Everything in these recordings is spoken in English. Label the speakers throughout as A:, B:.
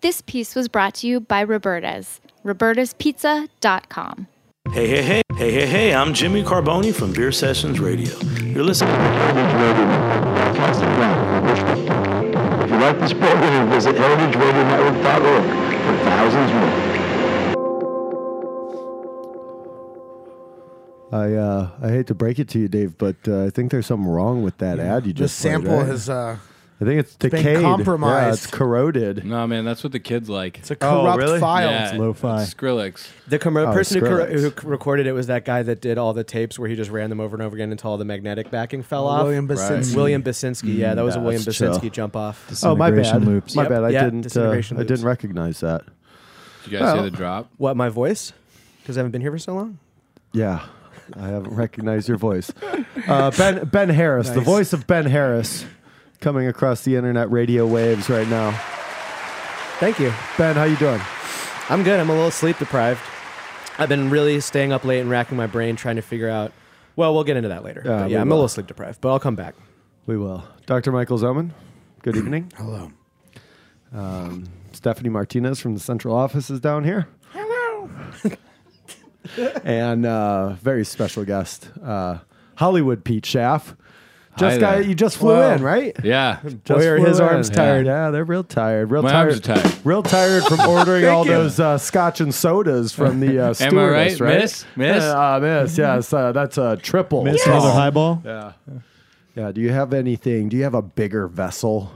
A: This piece was brought to you by Roberta's, robertaspizza.com.
B: Hey, hey, hey, hey, hey, hey, I'm Jimmy Carboni from Beer Sessions Radio. You're listening.
C: If you like this program, visit heritageradionetwork.org for thousands more.
D: I uh, I hate to break it to you, Dave, but uh, I think there's something wrong with that ad you
E: The
D: just played,
E: sample
D: right?
E: has uh,
D: I think it's
E: been
D: decayed, Yeah,
E: compromised.
D: it's corroded.
F: No, man, that's what the kids like.
E: it's a
G: Oh.
E: corrupt
D: really?
E: file.
F: yeah,
D: It's lo-fi.
F: it's Skrillex.
G: The com-
D: Oh,
G: person who, cor-
D: Skrillex.
G: who c- recorded it was that guy that did all the tapes where he just ran them over and over again until all the magnetic backing fell off.
E: William Basinski.
G: William Basinski. Yeah, that was
D: Yeah,
G: a William
D: that's chill.
G: Basinski jump off.
D: Oh, my bad.
H: Disintegration loops.
D: My
G: Yep.
D: bad. I
G: Yeah,
D: didn't. Uh,
G: disintegration
D: I
G: loops.
D: didn't recognize that.
F: Did you guys hear the drop?
G: What my voice? Because I haven't been here for so long.
D: Yeah, I haven't recognized your voice. Uh, ben Ben Harris, the voice of Ben Harris, coming across the internet radio waves right now.
G: Thank you.
D: Ben, how you doing?
G: I'm good. I'm a little sleep deprived. I've been really staying up late and racking my brain trying to figure out. Well, we'll get into that later.
D: Yeah,
G: But
D: we
G: yeah I'm
D: will.
G: a little sleep deprived, but I'll come back.
D: We will. Dr. Michael Zoman, good evening. Hello. Um, Stephanie Martinez from the central office is down here. Hello. and uh, very special guest, uh, Hollywood Pete Schaff. Just guy,
F: there.
D: you just flew
E: Whoa.
D: in, right?
F: Yeah.
D: Just
G: Boy, are
D: flew
G: his
D: in.
G: arms
D: Yeah.
G: tired.
D: Yeah, Ah, they're real tired. Real
F: My
D: tired.
F: arms are tired.
D: Real tired from ordering all
G: you.
D: those uh, scotch and sodas from the uh,
F: Am I
D: stewardess,
F: right?
D: right?
F: Miss? Miss?
D: Uh, miss, yes. Uh, that's a triple.
H: Miss another highball.
D: Yeah. Do you have anything? Do you have a bigger vessel?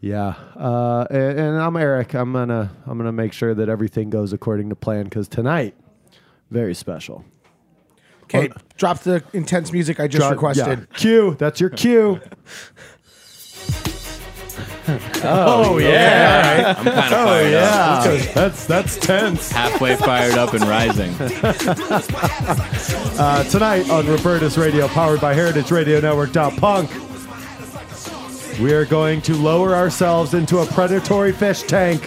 D: Yeah. Uh, and, and I'm Eric. I'm gonna I'm gonna make sure that everything goes according to plan because tonight, very special.
E: Okay, drop the intense music I just
D: Dra-
E: requested.
D: yeah. Cue. That's your cue.
F: I'm kind of fired up.
D: that's that's tense.
F: Halfway fired up and rising.
D: Uh, tonight on Roberta's Radio, powered by HeritageRadioNetwork.punk, we are going to lower ourselves into a predatory fish tank.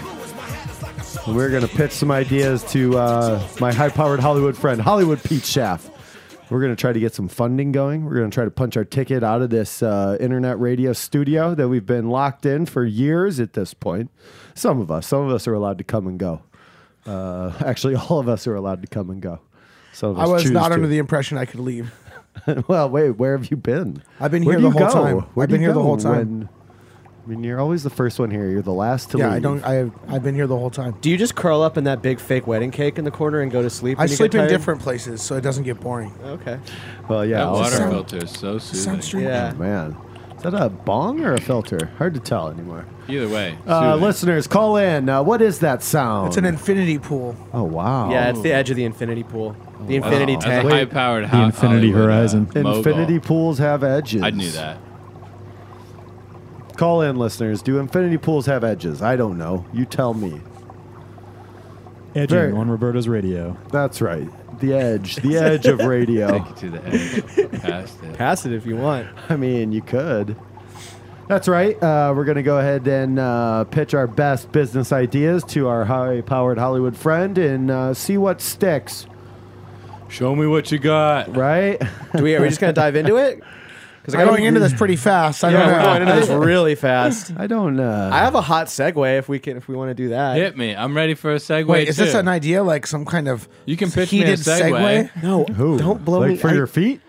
D: We're going to pitch some ideas to uh, my high-powered Hollywood friend, Hollywood Pete Schaff. We're going to try to get some funding going. We're going to try to punch our ticket out of this uh, internet radio studio that we've been locked in for years at this point. Some of us, some of us are allowed to come and go. Uh, actually, all of us are allowed to come and go. Some of
E: I
D: us
E: was
D: choose
E: not
D: to.
E: under the impression I could leave.
D: Well, wait, where have you been?
E: I've been
D: Where
E: here
D: do
E: the
D: you
E: whole
D: go?
E: time.
D: Where
E: I've
D: do
E: been
D: you
E: here the
D: go
E: whole time.
D: when- I mean, you're always the first one here. You're the last to
E: Yeah,
D: leave.
E: I don't. I I've been here the whole time.
G: Do you just curl up in that big fake wedding cake in the corner and go to sleep?
E: I
G: when you get
E: sleep in
G: tired?
E: different places, so it doesn't get boring.
G: Okay.
D: Well, yeah.
F: That
D: I'll-
F: water
E: sound-
F: filter is so soothing.
E: Soundstream.
G: Yeah.
D: Oh, man, is that a bong or a filter? Hard to tell anymore.
F: Either way.
D: Uh,
F: soothing.
D: listeners, call in. Uh, what is that sound?
E: It's an infinity pool.
D: oh wow.
G: Yeah, it's the edge of the infinity pool, the infinity
F: That's
G: tank.
F: a high powered
H: The Infinity Horizon.
D: Infinity pools have edges.
F: uh, I knew that.
D: Call in, listeners. Do infinity pools have edges? I don't know. You tell me.
H: Edging
D: Very-
H: on Roberta's radio.
D: That's right. The edge. The edge of radio.
F: Take it to the edge. Past it.
G: Pass it if you want.
D: I mean, you could. That's right. Uh, we're going to go ahead and uh, pitch our best business ideas to our high powered Hollywood friend and uh, see what sticks,
F: Show me what you got.
D: right?
G: Do we? Are we just gonna dive into it? Because
E: I'm going into this pretty fast. I
G: Yeah,
E: don't
G: we're
E: know.
G: going into this really fast.
D: I don't uh,
G: I have a hot segue if we can, if we want to do that.
F: Hit me. I'm ready for a segue.
E: Wait, is this
F: too.
E: an idea like some kind of
F: You can pitch me a
E: heated
F: segue.
G: No,
D: Who?
G: don't blow
D: like
G: me.
D: for
G: I-
D: your feet?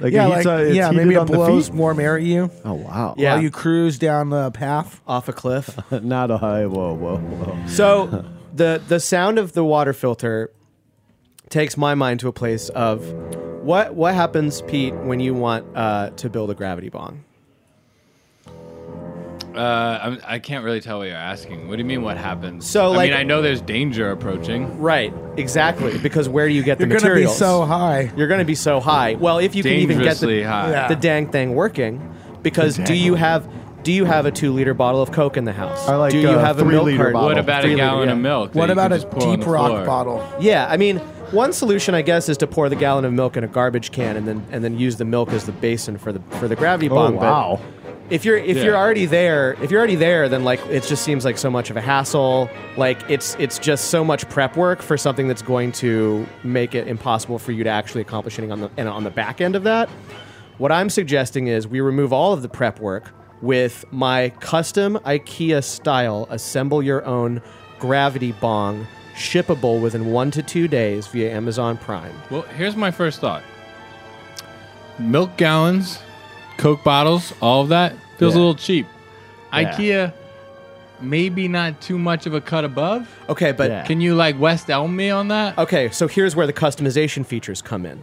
D: Like
E: Yeah,
D: it
E: like,
D: heats, uh, it's
E: yeah,
D: heated
E: maybe it
D: on the
E: blows
D: feet?
E: warm air at you
D: Oh, wow.
G: Yeah.
E: while you cruise down the path.
G: off a cliff.
D: Not a high. Whoa, whoa, whoa.
G: So the the sound of the water filter takes my mind to a place of what what happens, Pete, when you want uh, to build a gravity bong?
F: Uh, I'm, I can't really tell what you're asking. What do you mean? What happens?
G: So,
F: I
G: like-
F: mean, I know there's danger approaching.
G: Right, exactly. Because where do you get the
E: You're going to be
G: materials?
E: so high.
G: You're going to be so high. Well, if you can even get
F: Dangerously
G: the,
F: high.
E: Yeah.
G: the dang thing working, because do you have do you have a two liter bottle of Coke in the house?
D: I like,
G: do you
D: uh,
G: have a
D: three
G: milk
D: liter
G: carton?
D: bottle.
F: What about
G: Three
F: a
G: liter,
F: gallon
G: yeah.
F: of milk? that
E: What
F: you
E: about
F: can
E: a
F: just pour on
E: deep
F: the floor?
E: rock bottle?
G: Yeah, I mean, one solution I guess is to pour the gallon of milk in a garbage can and then and then use the milk as the basin for the for the gravity
D: Oh,
G: bomb. but
D: wow.
G: if you're if
F: Yeah.
G: you're already there, if you're already there, then like it just seems like so much of a hassle. Like it's it's just so much prep work for something that's going to make it impossible for you to actually accomplish anything on the and on the back end of that. What I'm suggesting is we remove all of the prep work. with my custom IKEA style assemble your own gravity bong, shippable within one to two days via Amazon Prime.
F: Well, here's my first thought. Milk gallons, Coke bottles, all of that feels a
G: Yeah.
F: little cheap. IKEA, maybe not too much of a cut above.
G: Okay, but
D: Yeah.
F: Can you like West Elm me on that?
G: Okay, so here's where the customization features come in.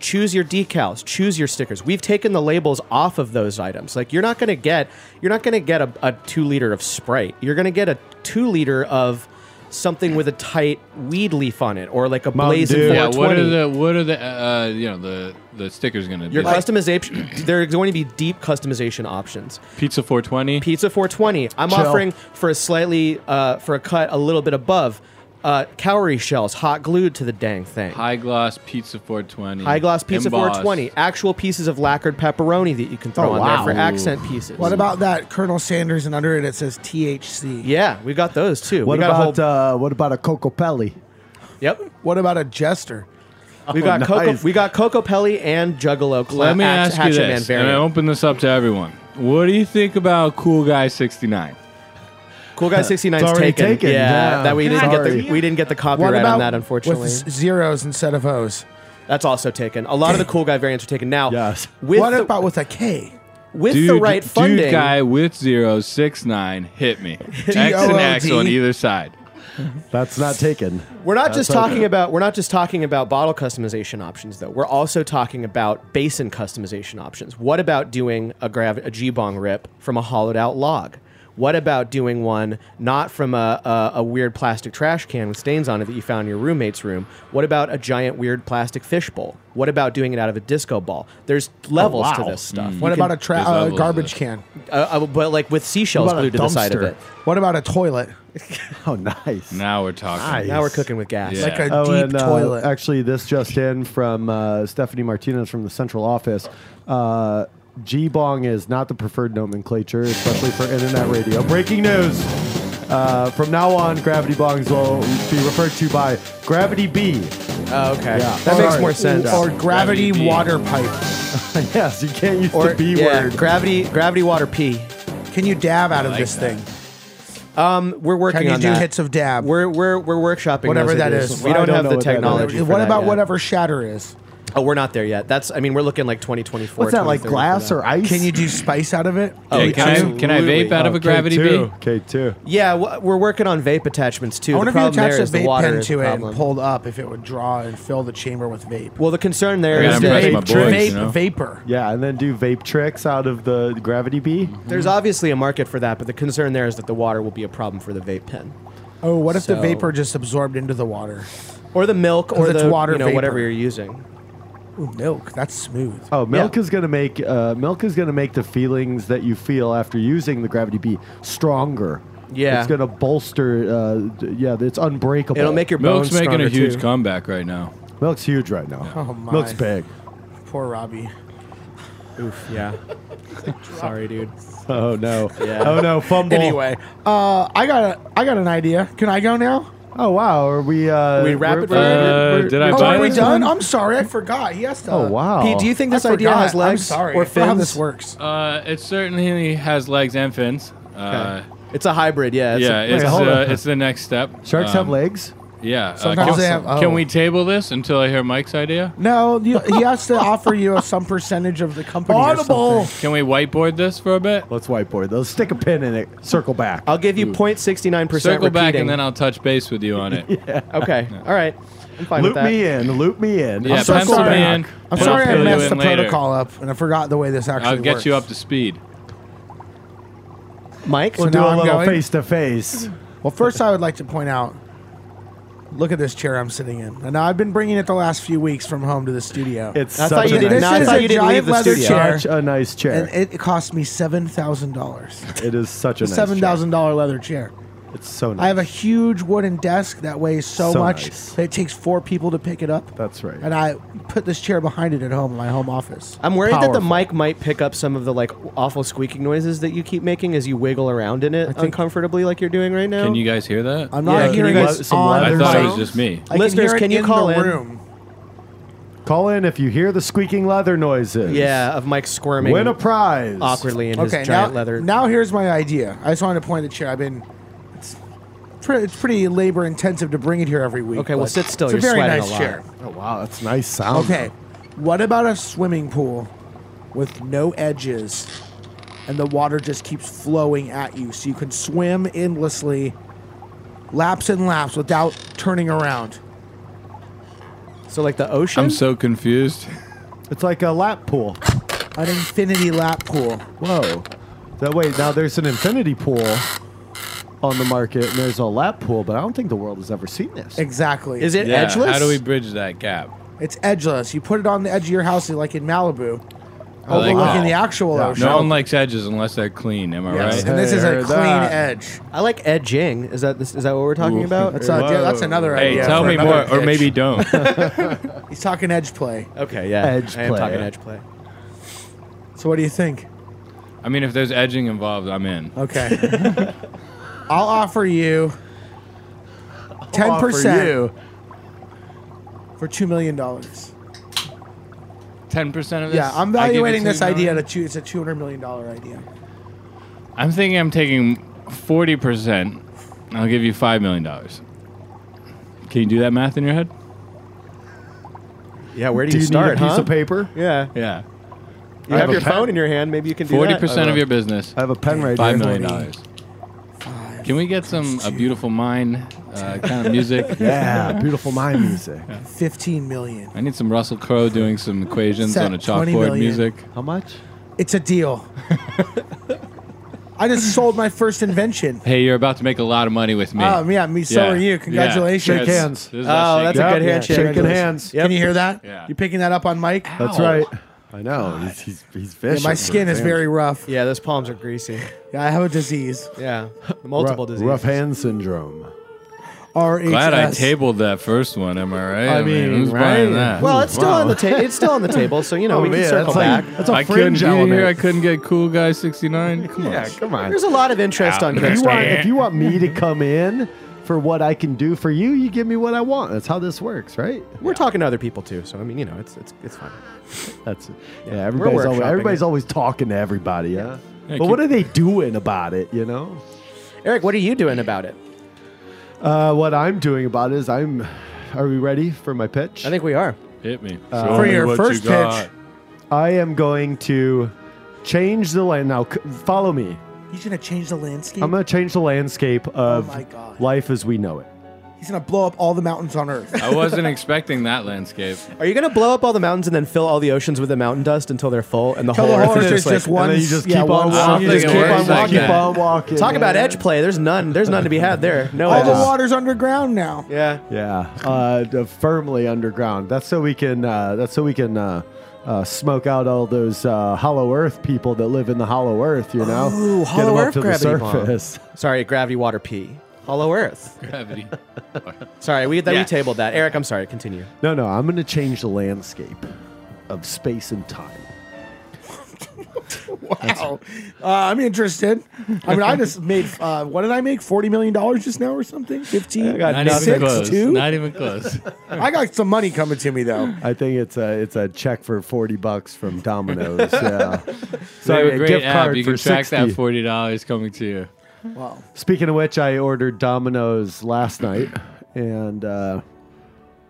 G: Choose your decals, choose your stickers. We've taken the labels off of those items. Like you're not gonna get you're not gonna get a, a two liter of Sprite. You're gonna get a two liter of something with a tight weed leaf on it, or like a
I: Mountain
G: blazing
I: Dew.
F: Yeah.
G: 420.
F: What are the what are the uh, you know the the stickers gonna
G: your
F: be? Like?
G: customization? there are going to be deep customization options.
F: Pizza 420.
G: Pizza 420. I'm offering for a slightly uh, for a cut a little bit above uh, cowrie shells, hot glued to the dang thing.
F: High gloss pizza 420.
G: High gloss pizza
F: Mm. Embossed.
G: 420. Actual pieces of lacquered pepperoni that you can throw
E: Oh,
G: on
E: wow.
G: there for accent pieces.
E: What about that Colonel Sanders and under it? It says THC.
G: Yeah, we got those too.
D: What
G: we got a
D: about
G: whole-
D: uh, what about a Coco Pelli?
G: yep?
E: What about a jester?
G: We got Coco.
D: nice.
G: We got Coco Pelli and Juggalo. Cla-
F: Let me
G: Hatch-
F: ask you
G: Hatchet
F: this, Uh,
G: Man
F: and I
G: variant.
F: open this up to everyone. What do you think about Cool Guy 69?
G: Cool guy 69's
D: It's already
G: taken.
D: taken,
G: Yeah,
D: yeah.
G: that we didn't get the
D: Sorry.
G: we didn't get the copyright
E: what about
G: on that. Unfortunately,
E: with z- zeros instead of O's?
G: that's also taken. A lot of the cool guy variants are taken now.
D: Yes.
G: With
E: what
G: the,
E: about with a K?
G: with
F: dude,
G: the right funding?
F: Dude guy with zero six nine hit me. X and X on either side.
D: That's not taken.
G: We're not just
D: okay.
G: talking about we're not just talking about bottle customization options though. We're also talking about basin customization options. What about doing a grav a G-bong rip from a hollowed out log? What about doing one not from a, a, a weird plastic trash can with stains on it that you found in your roommate's room? What about a giant weird plastic fishbowl? What about doing it out of a disco ball? There's levels to
D: wow.
G: this stuff.
E: What about a tra-
F: there's
E: uh,
F: levels of
E: garbage
F: this.
E: can?
G: Uh, uh, but like with seashells
D: What about a
G: glued to the side of
D: dumpster?
G: it.
E: What about a toilet?
D: Oh, nice.
F: Now we're talking.
D: Nice.
G: Now we're cooking with gas.
F: Yeah.
E: Like a
D: Oh,
E: deep
D: and, uh,
E: toilet.
D: Actually, this just in from uh, Stephanie Martinez from the central office. Uh, G bong is not the preferred nomenclature, especially for internet radio. Breaking news. Uh, from now on, gravity bongs will be referred to by gravity B.
G: Oh, okay.
D: Yeah.
G: That makes
D: Or-
G: more sense.
E: Or gravity,
F: Gravity beam.
E: water pipe.
D: yes, you can't use
G: Or-
D: the B
G: yeah,
D: word.
G: Gravity gravity water pee.
E: Can you dab out of this thing?
G: We're working
E: Can you
G: on
E: do
G: that.
E: hits of dab?
G: We're we're we're workshopping
E: Whatever
G: those
E: that
G: ideas.
E: is.
G: We
D: I
G: don't,
D: don't
G: have
D: know
G: the
D: what that is.
G: technology. for
E: what
G: that
E: about
G: yet.
E: whatever shatter is?
G: Oh, we're not there yet. That's I mean we're looking like 2024.
D: What's that, like glass or ice?
E: Can you do spice out of it?
F: Yeah, can, I,
G: Oh,
F: can I
G: absolutely.
F: vape out of
D: Oh,
F: a gravity
D: K2.
F: bee?
D: K2.
G: Yeah, wh- we're working on vape attachments
E: I
G: too. the
E: wonder if you
G: problem
E: attached
G: there
E: a
G: is the
E: vape
G: water
E: pen
G: is
E: to
G: the
E: it
G: problem.
E: and pulled up, if it would draw and fill the chamber with vape.
G: well, the concern there
F: I gotta
G: is that
F: impress my
E: vape,
F: boys,
E: vape
F: you know?
E: vapor.
D: Yeah, and then do vape tricks out of the gravity bee.
G: there's obviously a market for that, but the concern there is that the water will be a problem for the vape pen
E: Oh, what if
G: So-
E: the vapor just absorbed into the water?
G: or the milk or
E: 'Cause it's
G: the
E: water
G: you know
E: vapor.
G: whatever you're using.
E: Ooh, milk. That's smooth.
D: Oh, milk
G: Yeah.
D: is gonna make uh, milk is gonna make the feelings that you feel after using the gravity bee stronger.
G: Yeah.
D: it's gonna bolster. Uh, d- yeah, it's unbreakable.
G: It'll make your
F: Milk's
G: bones
F: making a
G: stronger,
F: huge
G: too.
F: comeback right now.
D: milk's huge right now.
E: Oh, my.
D: Milk's big.
E: Poor Robbie.
G: Oof, yeah. Sorry, dude.
D: Oh no.
G: Yeah.
D: Oh no. Fumble.
E: Anyway, uh, I got a, I got an idea. Can I go now?
D: Oh wow. Are we? Uh,
G: We rapid
D: we're-
G: fire?
D: we're-
F: Uh,
D: we're-
F: did I
D: we're-
E: Oh, are
F: buy
E: we
F: this
E: done? I'm sorry, I forgot. He has to.
D: Oh wow.
G: Pete, do you think
E: I
G: this idea
E: forgot.
G: has legs
E: I'm sorry.
G: or
E: I forgot
G: fins?
E: how this works.
F: Uh, it certainly has legs and fins. Uh,
G: It's a hybrid, yeah. It's
F: Yeah,
G: a-
F: it's
D: hold
F: uh,
D: on.
F: it's the next step.
D: Sharks have
F: Um,
D: legs.
F: Yeah. uh,
E: Sometimes
F: can,
E: they have- oh.
F: can we table this until I hear Mike's idea?
E: No, you, he has to offer you some percentage of the company. Audible.
F: Can we whiteboard this for a bit?
D: Let's whiteboard. Let's stick a pin in it. Circle back.
G: I'll give you 0.69 percent.
F: Circle back and then I'll touch base with you on it.
G: Okay. All right. I'm fine
D: loop
G: with that.
D: me in. Loop me in.
F: Yeah,
D: I'm so
F: pencil
D: sorry.
F: me in.
E: I'm
F: and I'll
E: sorry I
F: fill you
E: messed the
F: in later.
E: protocol up and I forgot the way this actually
F: I'll get
E: works.
F: you up to speed.
G: Mike.
D: We'll
E: So
D: do
E: now
D: a
E: I'm
D: little
E: going?
D: face to face.
E: Well, first I would like to point out. Look at this chair I'm sitting in. And now I've been bringing it the last few weeks from home to the studio.
D: It's
G: I
D: such
G: thought you
D: a nice
E: This
G: didn't. no, I
E: is
G: thought
E: a
G: you didn't leave
E: giant
G: the
E: leather
G: studio.
E: chair.
D: Such a nice chair.
E: and it cost me seven thousand dollars.
D: it is such a nice
E: Seven
D: chair.
E: thousand dollar leather chair.
D: It's so nice.
E: I have a huge wooden desk that weighs so,
D: So
E: much
D: nice.
E: that it takes four people to pick it up.
D: That's right.
E: And I put this chair behind it at home in my home office.
G: I'm worried that the
D: Powerful.
G: mic might pick up some of the like awful squeaking noises that you keep making as you wiggle around in it uncomfortably, like you're doing right now.
F: Can you guys hear that?
E: I'm
D: Yeah,
E: not
D: can
E: hearing
D: you guys-
E: it
D: some
E: on
D: loud
F: I
E: the
F: thought it
E: mic.
F: was just me.
E: I
G: Listeners,
E: hear it
G: can you
E: in
G: call
E: the
G: in?
E: room?
D: Call in if you hear the squeaking leather noises.
G: Yeah, of Mike squirming
D: Win a prize.
G: awkwardly in
E: Okay,
G: his giant
E: now,
G: leather.
E: now here's my idea. I just wanted to point the chair. I've been. It's, pre- it's pretty labor intensive to bring it here every week.
G: Okay, well,
E: but
G: sit still.
E: It's
G: You're
E: a very
G: sweating a
E: nice
G: lot.
E: chair.
D: Oh, wow. That's nice sound.
E: Okay, what about a swimming pool with no edges and the water just keeps flowing at you so you can swim endlessly, laps and laps without turning around?
G: so like the ocean.
F: I'm so confused.
D: It's like a lap pool.
E: An infinity lap pool.
D: Whoa. That wait, now there's an infinity pool on the market and there's a lap pool, but I don't think the world has ever seen this.
E: Exactly.
G: is it
F: Yeah,
G: edgeless?
F: How do we bridge that gap?
E: It's edgeless. You put it on the edge of your house, like in Malibu,
F: I like
E: overlooking
F: that.
E: the actual
D: Yeah.
E: ocean.
F: No one likes edges unless they're clean. Am I
E: Yes,
F: right?
E: and this is a
D: Heard
E: clean
D: that.
E: edge.
G: I like edging. Is that this? Is that what we're talking about?
E: That's, uh, yeah, that's another
F: Hey,
E: idea.
F: tell
E: for
F: me more,
E: another
F: or
E: pitch.
F: maybe don't.
E: he's talking edge play.
G: okay, yeah.
D: Edge
G: I am
D: play.
G: talking edge play.
E: So what do you think?
F: I mean, if there's edging involved, I'm in.
E: Okay, I'll offer you ten percent for two million dollars.
F: Ten percent of this.
E: Yeah, I'm
F: I give you
E: evaluating
F: two
E: this idea
F: million?
E: to two. It's a two hundred million dollar idea.
F: I'm thinking I'm taking forty percent. I'll give you five million dollars. Can you do that math in your head?
G: Yeah, where do,
D: Do
G: you
D: you
G: start?
D: need a piece
G: huh?
D: of paper?
G: Yeah,
F: Yeah,
G: you
D: I
G: have
D: have a
G: your
D: pen.
G: phone in your hand. Maybe you can do
F: forty
G: that. Oh,
F: percent of your business,
D: I have a pen right
F: five
D: here.
F: million dollars. Can we get some a beautiful mind uh, kind of music?
D: Yeah, beautiful mind music.
E: Fifteen million.
F: I need some Russell Crowe doing some equations
E: Set
F: on a
E: 20
F: chalkboard
E: million.
F: music.
D: How much?
E: It's a deal. I just sold my first invention.
F: Hey, you're about to make a lot of money with me.
E: Um, yeah, me. So
F: Yeah.
E: are
F: Yeah.
E: you? Congratulations.
F: That's-
D: Shake hands.
F: this is
G: Oh,
F: a shake
G: that's
F: hand.
G: a good handshake.
D: Shaking hands.
G: Yep.
E: Can you hear that?
F: Yeah.
E: You picking that up on mic?
D: That's right. I know. He's, he's, he's
E: Yeah,
D: vicious.
E: my skin is very rough.
G: Yeah, those palms are greasy.
E: Yeah, I have a disease.
G: Yeah, multiple
D: rough,
G: diseases.
D: Rough hand syndrome.
E: RHS.
F: Glad I tabled that first one. Am I right?
D: I mean,
F: who's
D: right?
F: buying that?
G: Well, it's still
D: Wow.
G: on the table. It's still on the table, so you know
D: Oh,
G: we can
D: man,
G: circle
D: that's like-
G: back.
D: that's a
F: I couldn't
D: fringe
F: be here. I
D: element.
F: couldn't get cool guy sixty nine. Come
D: Yeah,
F: on.
D: come on.
G: There's a lot of interest on
D: If you,
G: Kickstarter.
D: want, if you want me to come in for what I can do for you, you give me what I want. That's how this works, right?
G: We're talking to other people too, so I mean, you know, it's it's it's fine.
D: That's yeah. Everybody's always,
G: workshopping
D: everybody's
G: it.
D: always talking to everybody. Yeah.
F: Yeah,
D: but
F: keep-
D: what are they doing about it? You know.
G: Eric, what are you doing about it?
D: Uh, what I'm doing about it is I'm. Are we ready for my pitch?
G: I think we are.
F: Hit me.
E: for your first pitch.
D: I am going to change the land. Now, c- follow me.
E: He's gonna change the landscape.
D: I'm going to change the landscape of
E: my God.
D: life as we know it.
E: He's gonna blow up all the mountains on Earth.
F: I wasn't expecting that landscape.
G: Are you gonna blow up all the mountains and then fill all the oceans with the mountain dust until they're full and the
E: Tell
G: whole
E: the
G: earth
E: horse
G: is
E: there's
G: just like?
E: just one.
D: and then you just
E: yeah,
D: keep
E: one
D: on
E: rock.
D: walking.
F: think
D: Just
F: it
D: keep
F: works
D: on
F: like
D: walking. Keep
F: that.
D: on walking.
G: Talk about
D: man.
G: edge play. There's none. There's none to be had there. No
E: All the
G: edges.
E: water's underground now.
G: Yeah.
D: Yeah, uh, d- firmly underground. That's so we can. Uh, that's so we can uh, uh, smoke out all those uh, Hollow Earth people that live in the Hollow Earth. You know,
G: Ooh,
D: Get
G: Hollow
D: 'em up
G: Earth
D: to the
G: gravity bomb.
D: surface.
G: Sorry, gravity water pee. Hollow Earth.
F: Gravity.
G: Sorry, we that
F: Yeah.
G: we tabled that. Eric, I'm sorry. Continue.
D: No, no, I'm going to change the landscape of space and time.
E: Wow. Uh, I'm interested. I mean, I just made. Uh, what did I make? Forty million dollars just now or something? Fifteen. I
F: Not even
E: six
F: close.
E: two.
F: Not even close.
E: I got some money coming to me though.
D: I think it's a it's a check for forty bucks from Domino's. yeah.
F: So
D: Sorry,
F: a great app.
D: card
F: You
D: for
F: can track that
D: 60.
F: forty dollars coming to you.
E: Wow.
D: Speaking of which, I ordered Domino's last night, and uh,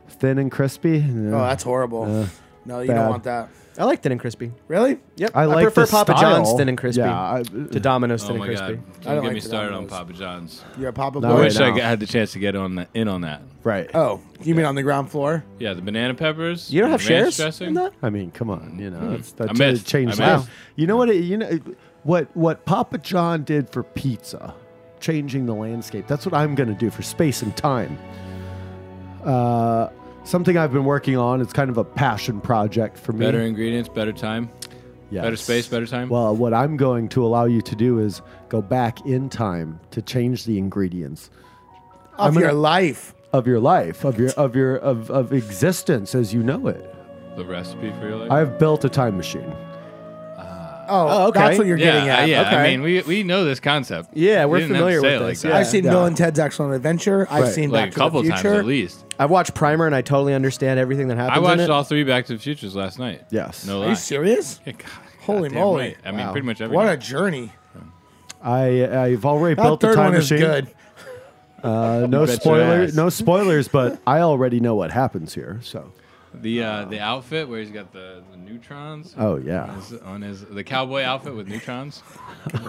D: thin and crispy.
E: Oh, that's horrible. no, you
D: bad.
E: don't want that.
G: I like thin and crispy.
E: Really?
G: Yep.
D: I like
G: prefer
D: the
G: Papa John's
D: style.
G: thin and crispy
D: Yeah, I-
G: to Domino's
F: Oh
G: thin
F: my
G: and crispy.
E: I
F: god! Don't
E: don't
F: get
E: like
F: me
E: the
F: started on
E: Domino's.
F: Papa John's.
E: You're a Papa
D: No,
F: I
E: Boy.
D: right
F: wish I
D: now.
F: g- had the chance to get on the, in on that.
D: right.
F: Uh,
E: Oh, you mean on the ground floor?
F: Yeah, the banana peppers.
G: You don't have
F: ranch
G: shares
F: dressing.
G: in that?
D: I mean, come on, you know, that's,
F: Hmm. I
D: that
F: missed.
D: changed
F: I
D: lives.
F: missed.
D: You know what? It, you know it- what what Papa John did for pizza, changing the landscape. That's what I'm going to do for space and time. Uh, something I've been working on. It's kind of a passion project for me.
F: Better ingredients, better time.
D: Yes.
F: better space, better time?
D: Well, what I'm going to allow you to do is go back in time to change the ingredients
E: Of
D: gonna-
E: your life.
D: of your life, of your of your of, of existence as you know it.
F: The recipe for your life.
D: I've built a time machine.
E: Oh,
G: Oh, okay.
E: that's what you're
F: yeah,
E: getting
F: uh,
E: at.
F: yeah.
E: okay.
F: I mean, we, we know this concept.
G: Yeah, we're
F: We didn't have to
G: familiar
F: say
G: with
F: it
G: this,
F: Like
G: yeah.
F: that.
E: I've seen Bill and Ted's Excellent Adventure. I've
D: Right.
E: seen
F: like
E: Back
F: a
E: to
F: couple
E: the
F: times
E: Future.
F: at least.
G: I've watched Primer and I totally understand everything that happens.
F: I watched
G: in it.
F: all three Back to the Futures last night.
D: Yes.
E: Are
F: no lie.
E: you serious?
F: Yeah, God-
E: Holy
F: goddamn
E: moly.
F: right. I mean,
E: Wow.
F: pretty much every
E: What a
F: night.
E: journey.
D: I I've already
E: That
D: built the
E: third
D: time
E: one is
D: machine.
E: good.
D: Uh, no
F: Bet your
D: spoilers.
F: ass.
D: No spoilers. But I already know what happens here. So.
F: the uh, the outfit where he's got the, the neutrons.
D: Oh yeah.
F: Is on his the cowboy outfit with neutrons.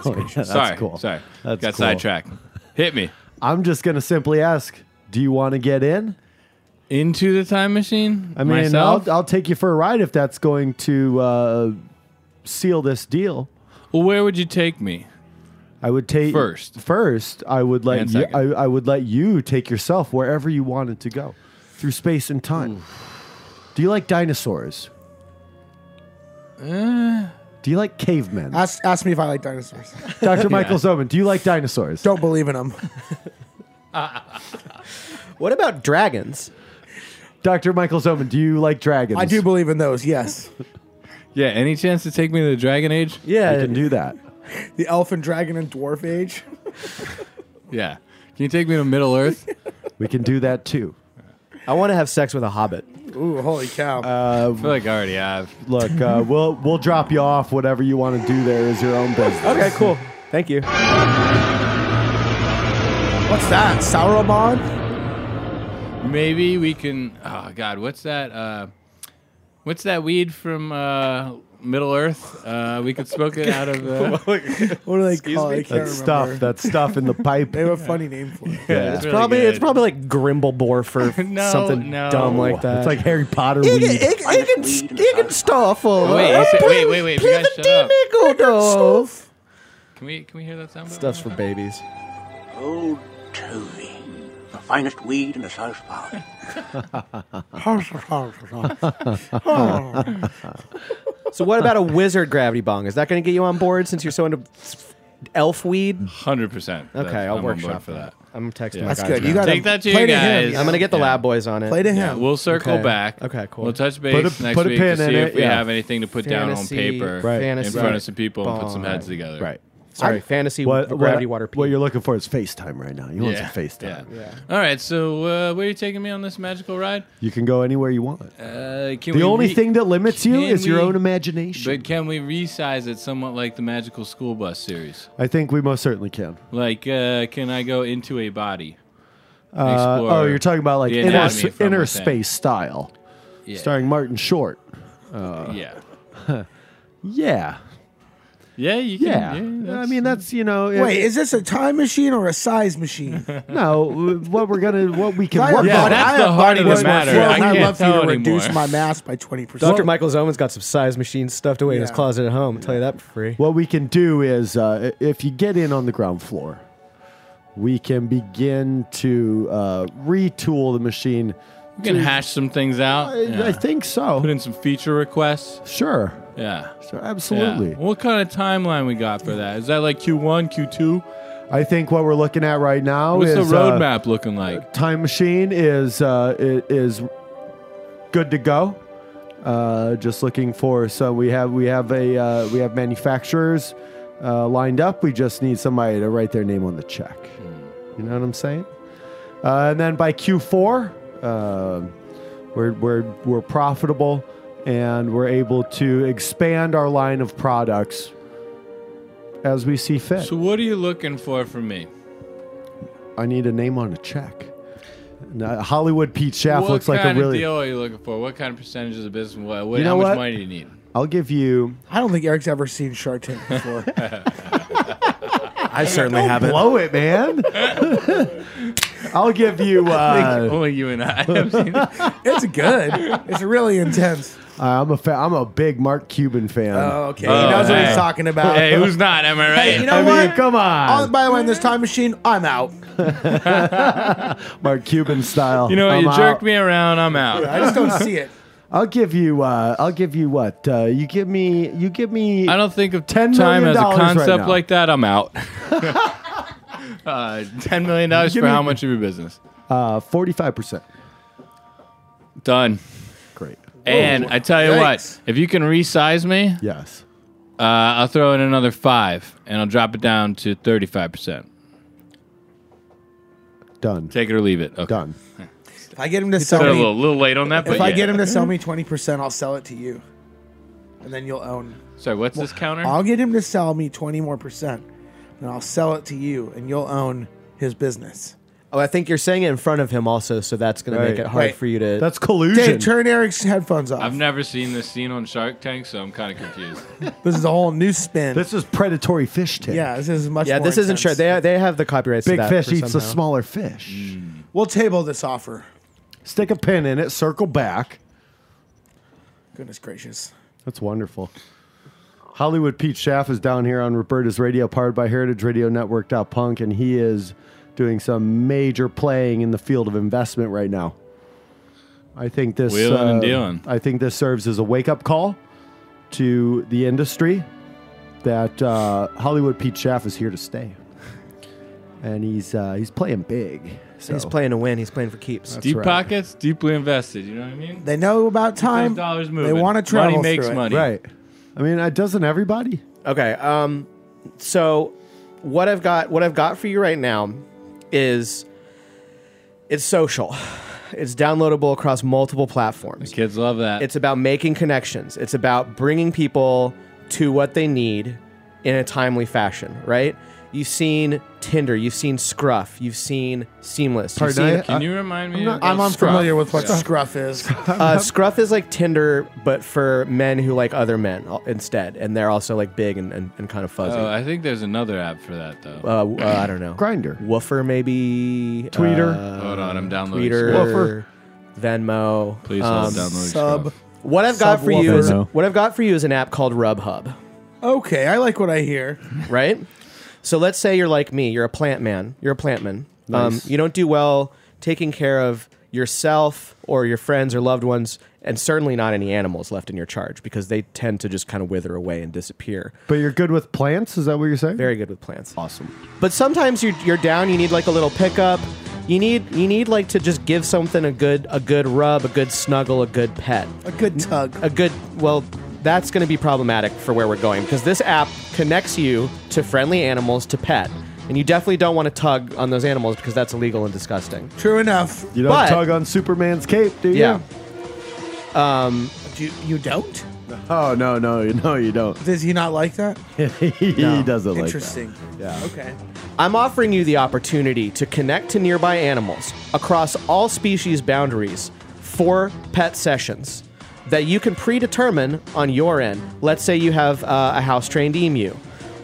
D: Oh, yeah, that's
F: sorry,
D: cool.
F: sorry,
D: That's
F: got
D: cool.
F: sidetracked. Hit me
D: I'm just gonna simply ask. Do you want to get in?
F: into the time machine.
D: I mean,
F: myself.
D: I'll, I'll take you for a ride if that's going to uh, seal this deal.
F: well, where would you take me?
D: I would take
F: First.
D: First, I would let
F: And
D: you, I,
F: second.
D: I would let you take yourself wherever you wanted to go through space and time. Do you like dinosaurs?
F: Uh.
D: do you like cavemen?
E: Ask, ask me if I like dinosaurs.
D: Dr. Michael Zoman, do you like dinosaurs?
E: Don't believe in them.
G: What about dragons?
D: Dr. Michael Zoman, do you like dragons?
E: I do believe in those, yes.
F: Yeah, any chance to take me to the Dragon Age?
D: I
G: Yeah,
D: can do that.
E: The elf and dragon and dwarf age.
F: Yeah. Can you take me to Middle Earth?
D: We can do that too.
G: I want to have sex with a hobbit.
E: Ooh, holy cow.
F: I feel like I already have.
D: Look, uh, we'll we'll drop you off. Whatever you want to do there is your own business.
G: Okay, cool. Thank you.
E: What's that? Sauron?
F: Maybe we can. Oh God, what's that? Uh, what's that weed from uh, Middle Earth? Uh, we could smoke it out of. Uh,
E: What do they call it? Oh, I can't
D: That stuff,
E: remember.
D: that stuff in the pipe.
E: They have a funny name for it.
F: it's really
G: probably it's
F: good.
G: probably like Grimblebore for
F: No,
G: something
F: no.
G: dumb like that.
D: It's like Harry Potter weed.
G: Ig- Ig- Ig- Iggenstoffel.
F: Wait,
G: Uh,
F: you said-
G: play-
F: wait, wait, wait, you
G: play
F: guys
G: the
F: shut up.
G: Demigodov.
F: Can we can we hear that sound? bite?
G: Stuff's for babies.
J: Old Toby, the finest weed in the South Park.
G: So what about a wizard gravity bong? Is that going to get you on board since you're so into elf weed?
F: Hundred percent.
G: Okay, I'll
F: I'm on board
G: workshop
F: for that.
G: I'm texting. my
E: That's
G: guys
E: good. You
G: now.
E: got
F: Take that to
E: play
F: you
E: to
F: guys.
E: Him.
G: I'm going to get the
F: Yeah.
G: lab boys on it.
E: play to him.
F: We'll circle
G: Okay.
F: back.
G: Okay, cool.
F: We'll touch base
D: Put a-
F: next
D: put a
F: week
D: pin
F: to
D: in
F: see
D: it,
F: if we
D: yeah.
F: have anything to put down on
G: Fantasy-
F: paper
D: Right.
F: in
G: fantasy
F: front of some people and put some
G: bong.
F: heads together.
D: Right.
G: Sorry, fantasy
D: What, what,
G: gravity water. pee.
D: what you're looking for is FaceTime right now. You want
F: Yeah.
D: some FaceTime.
F: Yeah. All right. So uh, where are you taking me on this magical ride?
D: You can go anywhere you want.
F: Uh,
D: the
F: can we
D: only
F: re-
D: thing that limits you
F: can
D: is your
F: we-
D: own imagination.
F: But can we resize it somewhat like the Magical School Bus series?
D: I think we most certainly can.
F: Like, uh, can I go into a body?
D: Uh,
F: Explore
D: oh, you're talking about like
F: the
D: inner,
F: anatomy
D: s-
F: from
D: inner
F: within.
D: space style,
F: Yeah.
D: starring Martin Short.
F: Yeah.
D: Yeah,
F: Yeah, you can.
D: yeah.
F: Yeah.
D: I
F: that's-
D: mean, that's you know. if-
E: Wait, is this a time machine or a size machine?
D: no. What we're gonna, what we can
E: I
D: work
E: have
F: Yeah,
E: body-
F: that's
E: I
F: the
E: have
F: heart
E: body
F: of the
E: weight
F: matter.
E: control,
F: I
E: and I'd
F: can't
E: love for
F: tell
E: you to reduce
F: anymore.
E: my mass by 20%.
G: Dr. Michael Zoman's got some size machine stuffed away in his
E: Yeah.
G: closet at home. I'll tell you that for free.
D: What we can do is, uh, i- if you get in on the ground floor, we can begin to uh, retool the machine.
F: we can hash some things out.
D: I,
F: yeah.
D: I think
F: Put
D: so.
F: in some feature requests.
D: Sure.
F: Yeah.
D: Sure,
F: Yeah.
D: absolutely.
F: What kind of timeline we got for that? Is that like Q1, Q2?
D: I think what we're looking at right now
F: What's the
D: is uh,
F: roadmap looking like?
D: time machine is uh, i- is good to go. Uh, just looking for so we have we have a uh, we have manufacturers uh, lined up. We just need somebody to write their name on the check. You know what I'm saying? Uh, and then by Q4, um we're we're we're profitable and we're able to expand our line of products as we see fit.
F: So what are you looking for from me?
D: I need a name on a check. No, Hollywood Pete Schaff
F: what
D: looks like a
F: kind
D: really.
F: of deal are you looking for? What kind of percentage of the business? What, what,
D: You know
F: how
D: what?
F: much money do you need?
D: I'll give you.
E: I don't think Eric's ever seen Shark Tank before.
G: I certainly haven't.
D: Blow it, man. I'll give you. Uh,
F: Only you and I have seen it.
E: it's good. It's really intense.
D: I'm a fa- I'm a big Mark Cuban fan.
E: okay. he knows what
F: hey.
E: he's talking about.
F: Hey, who's not? Am I right?
E: Hey, you know
D: I mean,
E: what?
D: come
E: Oh,
D: on,
E: by the way, in this time machine, I'm out.
D: Mark Cuban style.
F: You know,
D: I'm
F: you
D: out.
F: jerked me around. I'm out.
E: I just don't see it.
D: I'll give you. Uh, I'll give you what? Uh, you give me. You give me.
F: I don't think of
D: $10
F: ten
D: million
F: time as a
D: right
F: concept
D: now.
F: like that. I'm out. uh, ten million dollars for
D: me-
F: how much of your business?
D: Uh, Forty-five percent.
F: Done.
D: Great.
F: And I tell you what,
E: Yikes.
F: if you can resize me,
D: Yes.
F: Uh, I'll throw in another five, and I'll drop it down to thirty-five percent.
D: Done.
F: Take it or leave it. Okay.
D: Done.
E: If I get him to
F: So
E: sell
F: a
E: me,
F: little, little late on that, but
E: if I
F: yeah.
E: get him to sell me twenty percent, I'll sell it to you, and then you'll own.
F: Sorry, what's this counter?
E: I'll get him to sell me twenty more percent, and I'll sell it to you, and you'll own his business.
G: Oh, I think you're saying it in front of him also, so that's going
D: Right.
G: to make it hard
E: Wait.
G: for you to.
D: That's collusion.
E: Dave, turn Eric's headphones off.
F: I've never seen this scene on Shark Tank, so I'm kind of confused.
E: this is a whole new spin.
D: this is predatory fish tank.
E: yeah, this is much.
G: yeah,
E: more
G: this isn't sure.
E: intense.
G: They they have the copyrights. to
D: Big
G: that
D: fish
G: for
D: eats the
G: somehow.
D: smaller fish.
E: We'll table this offer.
D: Stick a pin in it. Circle back.
E: Goodness gracious.
D: That's wonderful. Hollywood Pete Schaff is down here on Roberta's Radio, powered by Heritage Radio Network. Punk, and he is doing some major playing in the field of investment right now. I think this uh,
F: Wheeling and dealing.
D: I think this serves as a wake up call to the industry that uh, Hollywood Pete Schaff is here to stay, and he's uh, he's playing big. So
G: He's playing to win. He's playing for keeps.
F: Deep
D: right.
F: pockets, deeply invested. You know what I mean?
E: They know about time.
F: Those dollars moving.
E: They want to travel.
F: Money makes
E: through it.
F: money.
D: right. I mean, uh, doesn't everybody?
G: Okay. Um, so what I've got what I've got for you right now is it's social. It's downloadable across multiple platforms.
F: Kids love that.
G: It's about making connections. It's about bringing people to what they need in a timely fashion, right? You've seen Tinder, you've seen Scruff, you've seen Seamless. You've
D: Pardon, uh,
G: seen,
D: I-
F: Can you remind me?
D: not-
F: about
E: I'm
F: Scruff?
E: unfamiliar with what
F: Yeah.
E: scruff is.
G: uh, Scruff is like Tinder, but for men who like other men al- instead, and they're also like big and, and, and kind of fuzzy.
F: Oh, I think there's another app for that though.
G: uh, w- uh, I don't know.
D: Grinder.
G: Woofer, maybe.
D: Tweeter.
G: Uh,
F: Hold on, I'm downloading.
G: Tweeter.
F: Scruff.
D: Woofer.
G: Venmo.
F: Please
G: Um,
F: hold downloading.
E: sub.
F: Scruff.
G: What I've got for you
E: Subwoofer.
G: is
D: Venmo.
G: what I've got for you is an app called RubHub.
E: okay, I like what I hear.
G: right? So let's say you're like me, you're a plant man, you're a plant man. Um, you don't do well taking care of yourself or your friends or loved ones, and certainly not any animals left in your charge because they tend to just kind of wither away and disappear.
D: But you're good with plants. Is that what you're saying?
G: Very good with plants.
D: awesome.
G: But sometimes you're, you're down, you need like a little pickup. You need you need like to just give something a good a good rub, a good snuggle, a good pet
E: A good tug.
D: Uh,
G: a good well that's going to be problematic for where we're going because this app connects you to friendly animals to pet and you definitely don't want to tug on those animals because that's illegal and disgusting
E: True enough.
D: You don't
G: But-
D: tug on Superman's cape, do you?
G: yeah
E: Do you, you don't?
D: Oh no, no, no, you don't.
E: Does he not like that?
D: he doesn't like
E: Interesting.
D: Yeah.
E: Okay.
G: i'm offering you the opportunity to connect to nearby animals across all species boundaries for pet sessions that you can predetermine on your end let's say you have uh, a house trained emu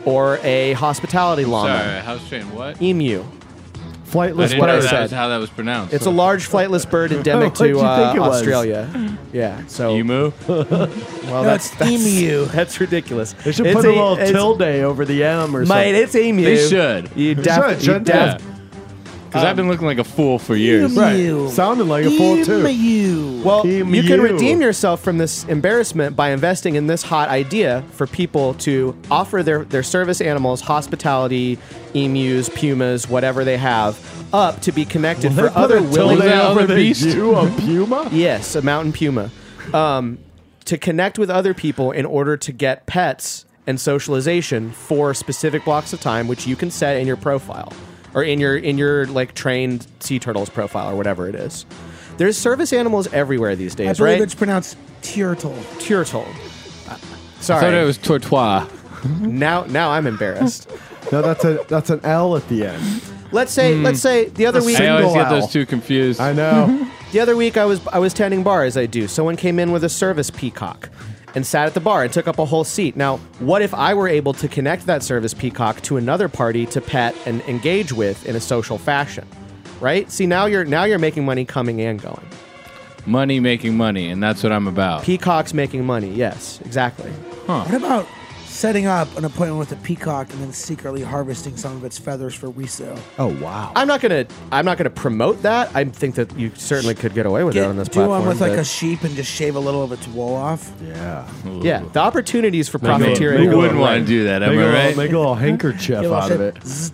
G: or a hospitality llama
F: Sorry, house train. What?
G: emu
D: that.
F: I
D: Flightless
F: didn't
G: what I
F: know
D: bird.
F: that
G: said.
F: was how that was pronounced.
G: It's a large flightless bird endemic
D: What'd
G: to
D: you
G: uh,
D: think it was?
G: Australia. Yeah. So
F: emu.
G: well, that's,
E: it's
G: that's
E: emu.
G: That's ridiculous.
D: They should
G: It's
D: put a little
G: it's-
D: tilde over the M or
G: Mate,
D: something.
G: it's emu.
F: They should.
G: You
D: should,
G: definitely.
D: shouldn't
F: Yeah. Because I've been looking like a fool for years.
E: Emu.
D: Sounded like a fool too.
E: Emu.
G: Well,
D: Emu.
G: you can redeem yourself from this embarrassment by investing in this hot idea for people to offer their, their service animals, hospitality, emus, pumas, whatever they have, up to be connected
D: They
G: for
D: put
G: other
D: a
G: willing
D: tilde
F: other
D: over the
F: beast?
D: U of puma.
G: Yes, a mountain puma. Um, to connect with other people in order to get pets and socialization for specific blocks of time, which you can set in your profile or in your in your like trained sea turtles profile or whatever it is. There's service animals everywhere these
E: I
G: days,
E: believe
G: right?
E: it's pronounced turtle.
G: turtle.
F: I thought it
G: Uh, Sorry.
F: was tortoise.
G: now now I'm embarrassed.
D: No, that's a that's an L at the end.
G: let's say let's say the other week
F: Hmm. I always get
D: owl.
F: those two confused.
D: I know.
G: The other week, I was I was tending bar as I do. Someone came in with a service peacock, and sat at the bar and took up a whole seat. Now, what if I were able to connect that service peacock to another party to pet and engage with in a social fashion? Right? See, now you're now you're making money coming and going.
F: Money making money, and that's what I'm about.
G: Peacocks making money. Yes, exactly.
E: What about setting up an appointment with a peacock and then secretly harvesting some of its feathers for resale?
D: oh wow.
G: I'm not gonna I'm not gonna promote that. I think that you certainly could get away with it
E: Get,
G: on this
E: do
G: platform.
E: one with like
G: but-
E: a sheep and just shave a little of its wool off.
D: Yeah.
G: yeah, the opportunities for profiteering.
D: make
F: Who
D: a
G: are
D: little-
F: wouldn't want to do that? Am
D: Make a,
F: I
D: little,
F: right?
D: make a little handkerchief
E: Get off
D: out of it.
E: it. Zzz.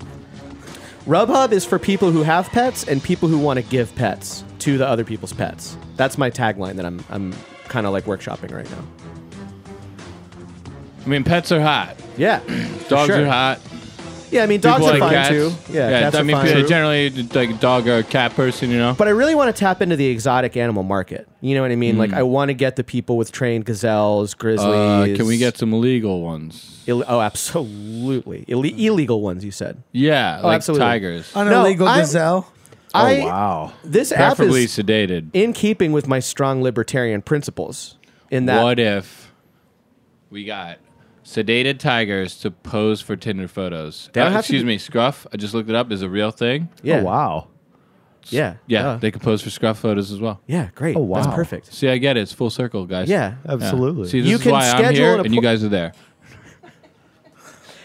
G: RubHub is for people who have pets and people who want to give pets to the other people's pets. That's my tagline that I'm I'm kind of like workshopping right now.
F: I mean, pets are hot.
G: Yeah. for
F: Dogs
G: sure.
F: are hot.
G: Yeah, I mean, dogs
F: People
G: are
F: like
G: fine
F: cats.
G: too. Yeah, cats
F: I
G: are
F: mean,
G: fine.
F: people- generally, like a dog or a cat person, you know.
G: But I really want to tap into the exotic animal market. You know what I mean? Like, I want to get the people with trained gazelles,
F: Mm. Uh,
G: grizzlies.
F: can we get some legal ones?
G: Ill- oh, absolutely. Ill- illegal ones, you said.
F: Yeah, like
G: Oh, absolutely.
F: tigers.
E: An
G: No,
E: illegal
G: I'm-
E: gazelle.
G: I,
D: wow.
G: This app
F: Oh, Preferably
G: is
F: sedated.
G: in keeping with my strong libertarian principles. In that,
F: What if we got sedated tigers to pose for Tinder photos?
G: They don't
F: Uh,
G: have to
F: excuse
G: be-
F: me, scruff. I just looked it up. Is a real thing.
G: yeah,
D: Oh, wow.
G: yeah,
F: Yeah,
G: duh.
F: they can pose for scruff photos as well.
G: yeah, great.
D: Oh,
G: That's
D: wow.
G: perfect.
F: See, I get it. It's full circle, guys.
G: Yeah.
D: Absolutely.
F: See, this
G: You
F: is
G: can
F: why I'm
G: schedule
F: here
G: an
F: and you
G: appoint-
F: guys are there.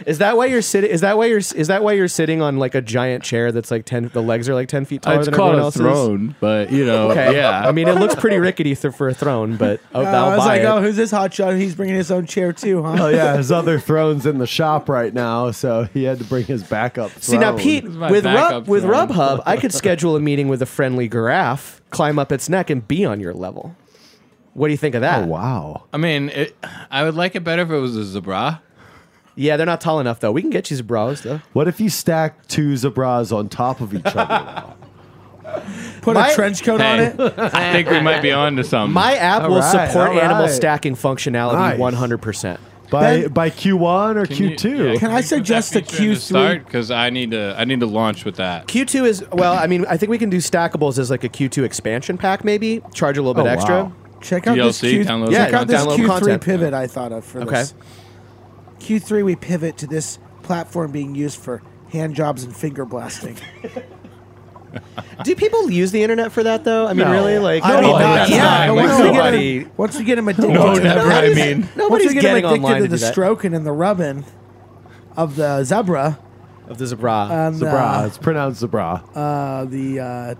G: Is that why you're sitting? Is that why you're? Is that why you're sitting on like a giant chair that's like ten? The legs are like ten feet taller
F: Uh, it's
G: than
F: called
G: everyone
F: a
G: else's.
F: throne, but you know,
G: Okay.
F: yeah.
G: I mean, it looks pretty rickety th- for a throne, but oh,
E: Uh, I
G: I'll
E: was
G: buy
E: like,
G: it.
E: oh, who's this hotshot? He's bringing his own chair too, huh?
D: Oh yeah, his other throne's in the shop right now, so he had to bring his backup. Throne.
G: See now, Pete,
F: is my
G: with
F: backup
G: Rub, with
F: throne.
G: RubHub, I could schedule a meeting with a friendly giraffe, climb up its neck, and be on your level. What do you think of that?
D: Oh wow.
F: I mean, it, I would like it better if it was a zebra.
G: Yeah, they're not tall enough though. We can get you some bras though.
D: What if you stack two zebras on top of each other?
E: Put
G: My-
E: a trench coat on
F: Hey,
E: it.
F: I think we might be on to something.
G: My app
D: All
G: will
D: right,
G: support
D: all
G: animal
D: right.
G: stacking functionality
D: Nice.
G: one hundred percent.
D: by
E: Ben-
D: by Q one or
F: Can you-
D: Q two?
F: yeah,
E: Can I
F: you put that
E: suggest a
F: feature in the
E: Q3?
F: start? Because I need to, I need to launch with that.
G: Q two is well. I mean, I think we can do stackables as like a Q two expansion pack, maybe charge a little bit
D: Oh,
G: extra.
D: wow.
E: Check out this
F: DLC,
E: Q.
F: download
E: check
G: some
E: out this
G: content.
E: Q3
G: Download
E: pivot I thought of for
G: Okay.
E: this. Q3 we pivot to this platform being used for hand jobs and finger blasting.
G: Do people use the internet for that though? I mean,
D: No.
G: really? Like,
E: I mean,
F: Nobody.
E: not
F: That's
E: yet.
F: fine.
E: but
F: Like,
E: once we get
G: nobody-
E: him- Once we get him addicted,
F: No,
E: to the-
F: Oh, never. I
E: Once
F: mean,
E: we
G: nobody's
E: get him
G: getting
E: addicted
G: online
E: to
G: to
E: the
G: do that.
E: stroking and the rubbing of the zebra
G: of the Zabra.
E: and
D: Zebra.
E: uh,
D: it's pronounced zebra.
E: uh, the uh,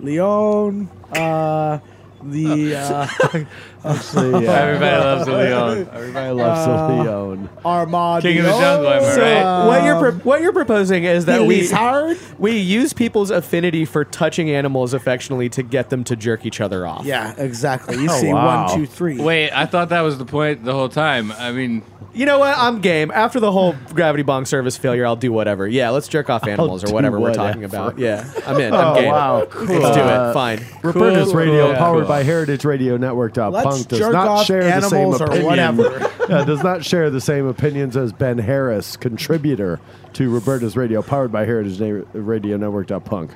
E: Leon, uh, the uh,
D: Actually, yeah.
F: Everybody loves a Leon.
D: Everybody loves the Leon.
E: Armand.
F: King of the jungle, am I
G: So
F: right?
G: what you're pro- what you're proposing is that we
E: He's hard.
G: we use people's affinity for touching animals affectionately to get them to jerk each other off.
E: Yeah, exactly. You
D: Oh,
E: see
D: wow.
E: one, two, three.
F: Wait, I thought
E: uh,
F: that was the point the whole time. I mean,
G: You know what? I'm game. After the whole gravity bong service failure, I'll do whatever. Yeah, let's jerk off animals or
D: do
G: whatever Oh, Uh, we're
D: whatever.
G: talking about. Yeah, I'm in. I'm game. Let's do it. Fine.
D: Roberta's
F: Cool,
D: Radio,
F: cool,
D: powered
F: cool.
D: by Heritage Radio Network.
E: Let's
D: Punk does
E: jerk
D: not
E: off
D: share the same
E: animals or
D: opinion.
E: whatever.
D: yeah, does not share the same opinions as Ben Harris, contributor to Roberta's Radio, powered by Heritage Na- Radio Network. Punk.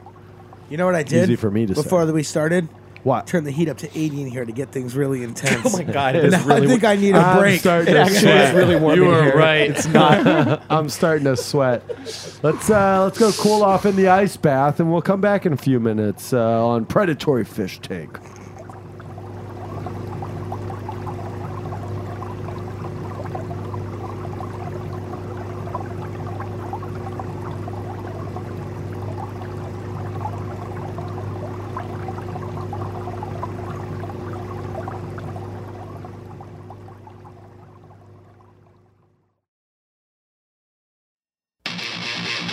E: You know what I did?
D: Easy for me to say.
E: before we started.
D: What?
E: Turn the heat up to 80 in here to get things really intense.
G: Oh my god, it is
E: Now
G: really.
E: I think I need a
D: I'm
E: break.
D: starting
G: it
D: to
G: actually is
D: sweat.
G: really warm.
F: you
G: in
F: were
G: here.
F: right.
G: It's not.
D: I'm starting to sweat. Let's uh, let's go cool off in the ice bath, and we'll come back in a few minutes uh, on Predatory Fish Tank.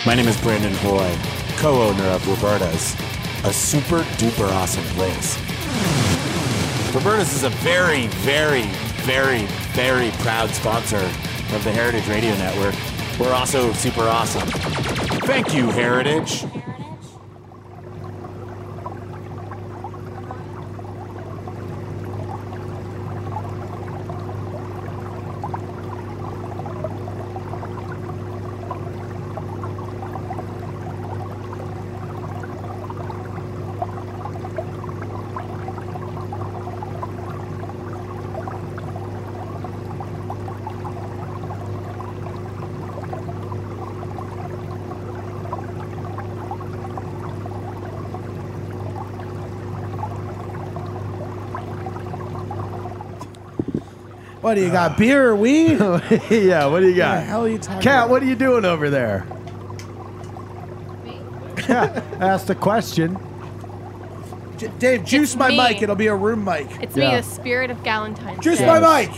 K: My name is Brandon Hoy, co owner of Roberta's, a super duper awesome place. Roberta's is a very, very, very, very proud sponsor of the Heritage Radio Network. We're also super awesome. Thank you, Heritage.
E: What do you got? Beer or weed? What
D: yeah, what do you
E: the
D: got?
E: hell are you talking
D: Cat,
E: about?
D: what are you doing over there? Yeah, asked a question.
E: J- Dave, juice my
A: me.
E: mic. It'll be a room mic.
A: It's
D: Yeah.
A: me, the spirit of Galentine's
E: Juice
A: Day.
E: my mic.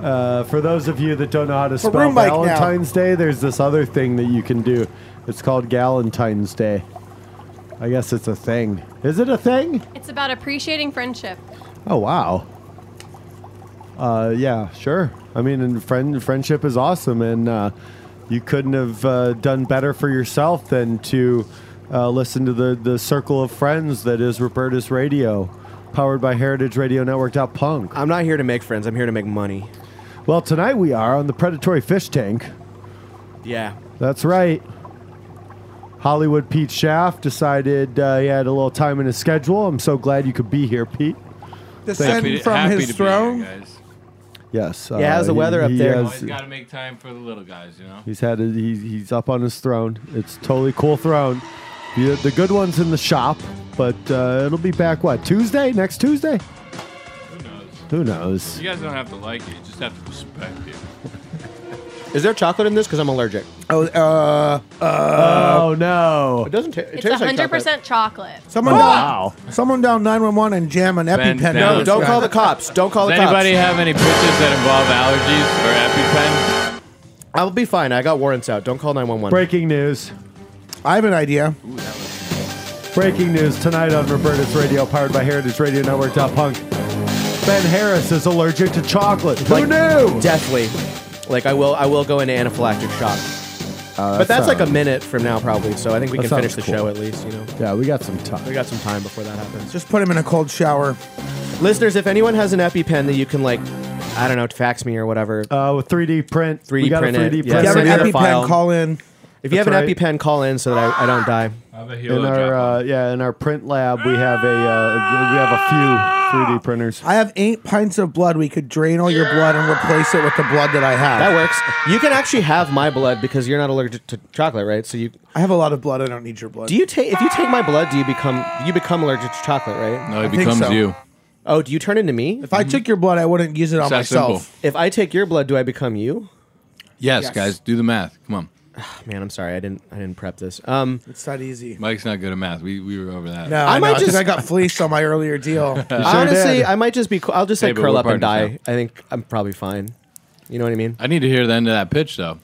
D: Uh, for those of you that don't know how to spell
E: room mic now.
D: Valentine's Day, there's this other thing that you can do. It's called Galentine's Day. I guess it's a thing. Is it a thing?
A: It's about appreciating friendship.
D: Oh wow. Oh, Uh, yeah, sure. I mean, and friend friendship is awesome, and uh, you couldn't have uh, done better for yourself than to uh, listen to the the circle of friends that is Robertus Radio, powered by Heritage Radio Network. Punk.
G: I'm not here to make friends. I'm here to make money.
D: Well, tonight we are on the Predatory Fish Tank.
G: Yeah.
D: That's right. Hollywood Pete Schaff decided uh, he had a little time in his schedule. I'm so glad you could be here, Pete.
F: Happy
E: Descend
F: to-
E: from
F: happy
E: his
F: to be
E: throne.
F: Here, guys.
D: Yes. uh,
G: Yeah, how's the weather up there?
D: has-
F: Always got to make time for the little guys, you know.
D: He's had a, he's, he's up on his throne. It's totally cool throne. The, the good one's in the shop, but uh, it'll be back what Tuesday next Tuesday.
F: Who knows?
D: Who knows?
F: You guys don't have to like it. You just have to respect it.
G: Is there chocolate in this? Because I'm allergic.
E: Oh, uh,
D: Oh no!
G: It doesn't ta- it
L: It's
G: taste like
L: hundred
G: chocolate.
L: percent chocolate.
E: someone
D: Wow!
E: down, someone down nine one one and jam an
F: Ben,
E: EpiPen.
F: no,
E: on
G: No,
E: this
G: don't
E: guy.
G: call the cops. Don't call the
F: Does
G: cops.
F: anybody have any pitches that involve allergies or EpiPen?
G: I'll be fine. I got warrants out. Don't call 911.
D: Breaking news.
E: I have an idea.
D: Breaking news tonight on Roberta's Radio, powered by Heritage Radio Network. Punk. Ben Harris is allergic to chocolate. Who
G: Like-
D: knew?
G: Deathly. Like I will I will go into anaphylactic shock. but that's like a minute from now probably, so I think we
D: That
G: can finish the
D: sounds
G: show
D: cool.
G: at least, you know.
D: yeah, we got some
G: We
D: time.
G: got some time before that happens.
E: Just put him in a cold shower.
G: Listeners, if anyone has an EpiPen that you can like I don't know, fax me or whatever.
D: Uh, with 3D print.
G: 3D
D: we got
G: print
D: a
G: it.
D: 3D
G: Yeah,
D: print.
E: If you have an
G: send me the
E: EpiPen,
G: file.
E: call in.
G: if you have an
D: that's right.
G: EpiPen, call in so that I, I don't die.
F: I have a
D: In
F: helo
D: our uh, yeah, in our print lab, we have a uh, we have a few 3D printers.
E: I have eight pints of blood. We could drain all your blood and replace it with the blood that I have.
G: That works. You can actually have my blood because you're not allergic to chocolate, right? So you
E: I have a lot of blood. I don't need your blood.
G: do you take if you take my blood, do you become you become allergic to chocolate, right?
F: no, it
E: think
F: becomes
E: so.
F: you.
G: Oh, do you turn into me?
E: if I took your blood, I wouldn't use it on
F: It's that
E: myself.
F: simple.
G: If I take your blood, do I become you?
F: Yes,
E: Yes.
F: guys, do the math. Come on,
G: Man, I'm sorry, I didn't I didn't prep this. Um
E: It's that easy.
F: Mike's not good at math. We we were over that.
E: No,
G: I
E: I,
G: might
E: might just.
G: just-
E: I got fleeced on my earlier deal.
G: honestly,
D: did.
G: I might just be. I'll just
F: Hey,
G: like
F: but
G: curl
F: we're
G: up and die.
F: partners
G: I think I'm probably fine. You know what I mean?
F: I need to hear the end of that pitch though.